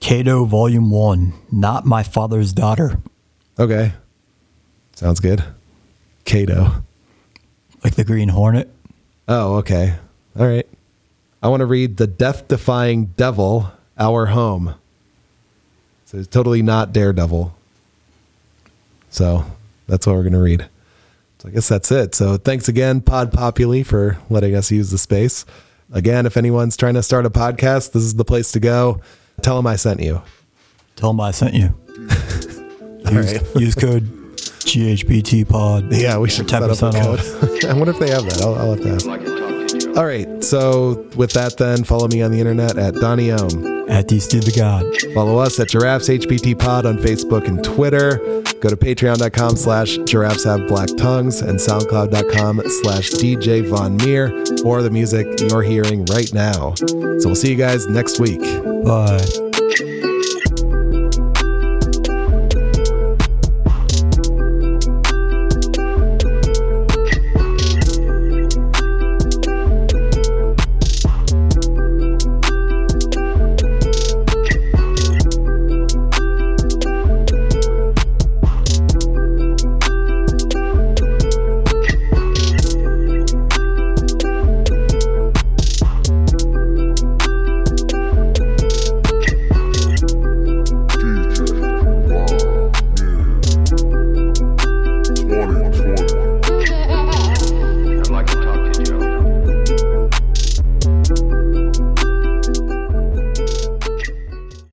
[SPEAKER 2] Cato Volume One, not my father's daughter,
[SPEAKER 1] Okay. Sounds good. Cato.
[SPEAKER 2] like the Green Hornet.
[SPEAKER 1] Oh, okay. All right. I want to read The Death Defying Devil, Our Home. So it's totally not Daredevil. So that's what we're going to read. So I guess that's it. So thanks again, Pod Populi, for letting us use the space. Again, if anyone's trying to start a podcast, this is the place to go. Tell them I sent you.
[SPEAKER 2] Tell him I sent you. use,
[SPEAKER 1] right.
[SPEAKER 2] use code GHBT Pod.
[SPEAKER 1] Yeah, we should set up a code. I wonder if they have that. I'll, I'll have to ask. All right. So with that, then follow me on the internet at Donny Ohm.
[SPEAKER 2] at the Steve the God.
[SPEAKER 1] Follow us at Giraffes HBT Pod on Facebook and Twitter. Go to patreon.com slash giraffes have black tongues and soundcloud.com slash DJ Von Meer for the music you're hearing right now. So we'll see you guys next week.
[SPEAKER 2] Bye.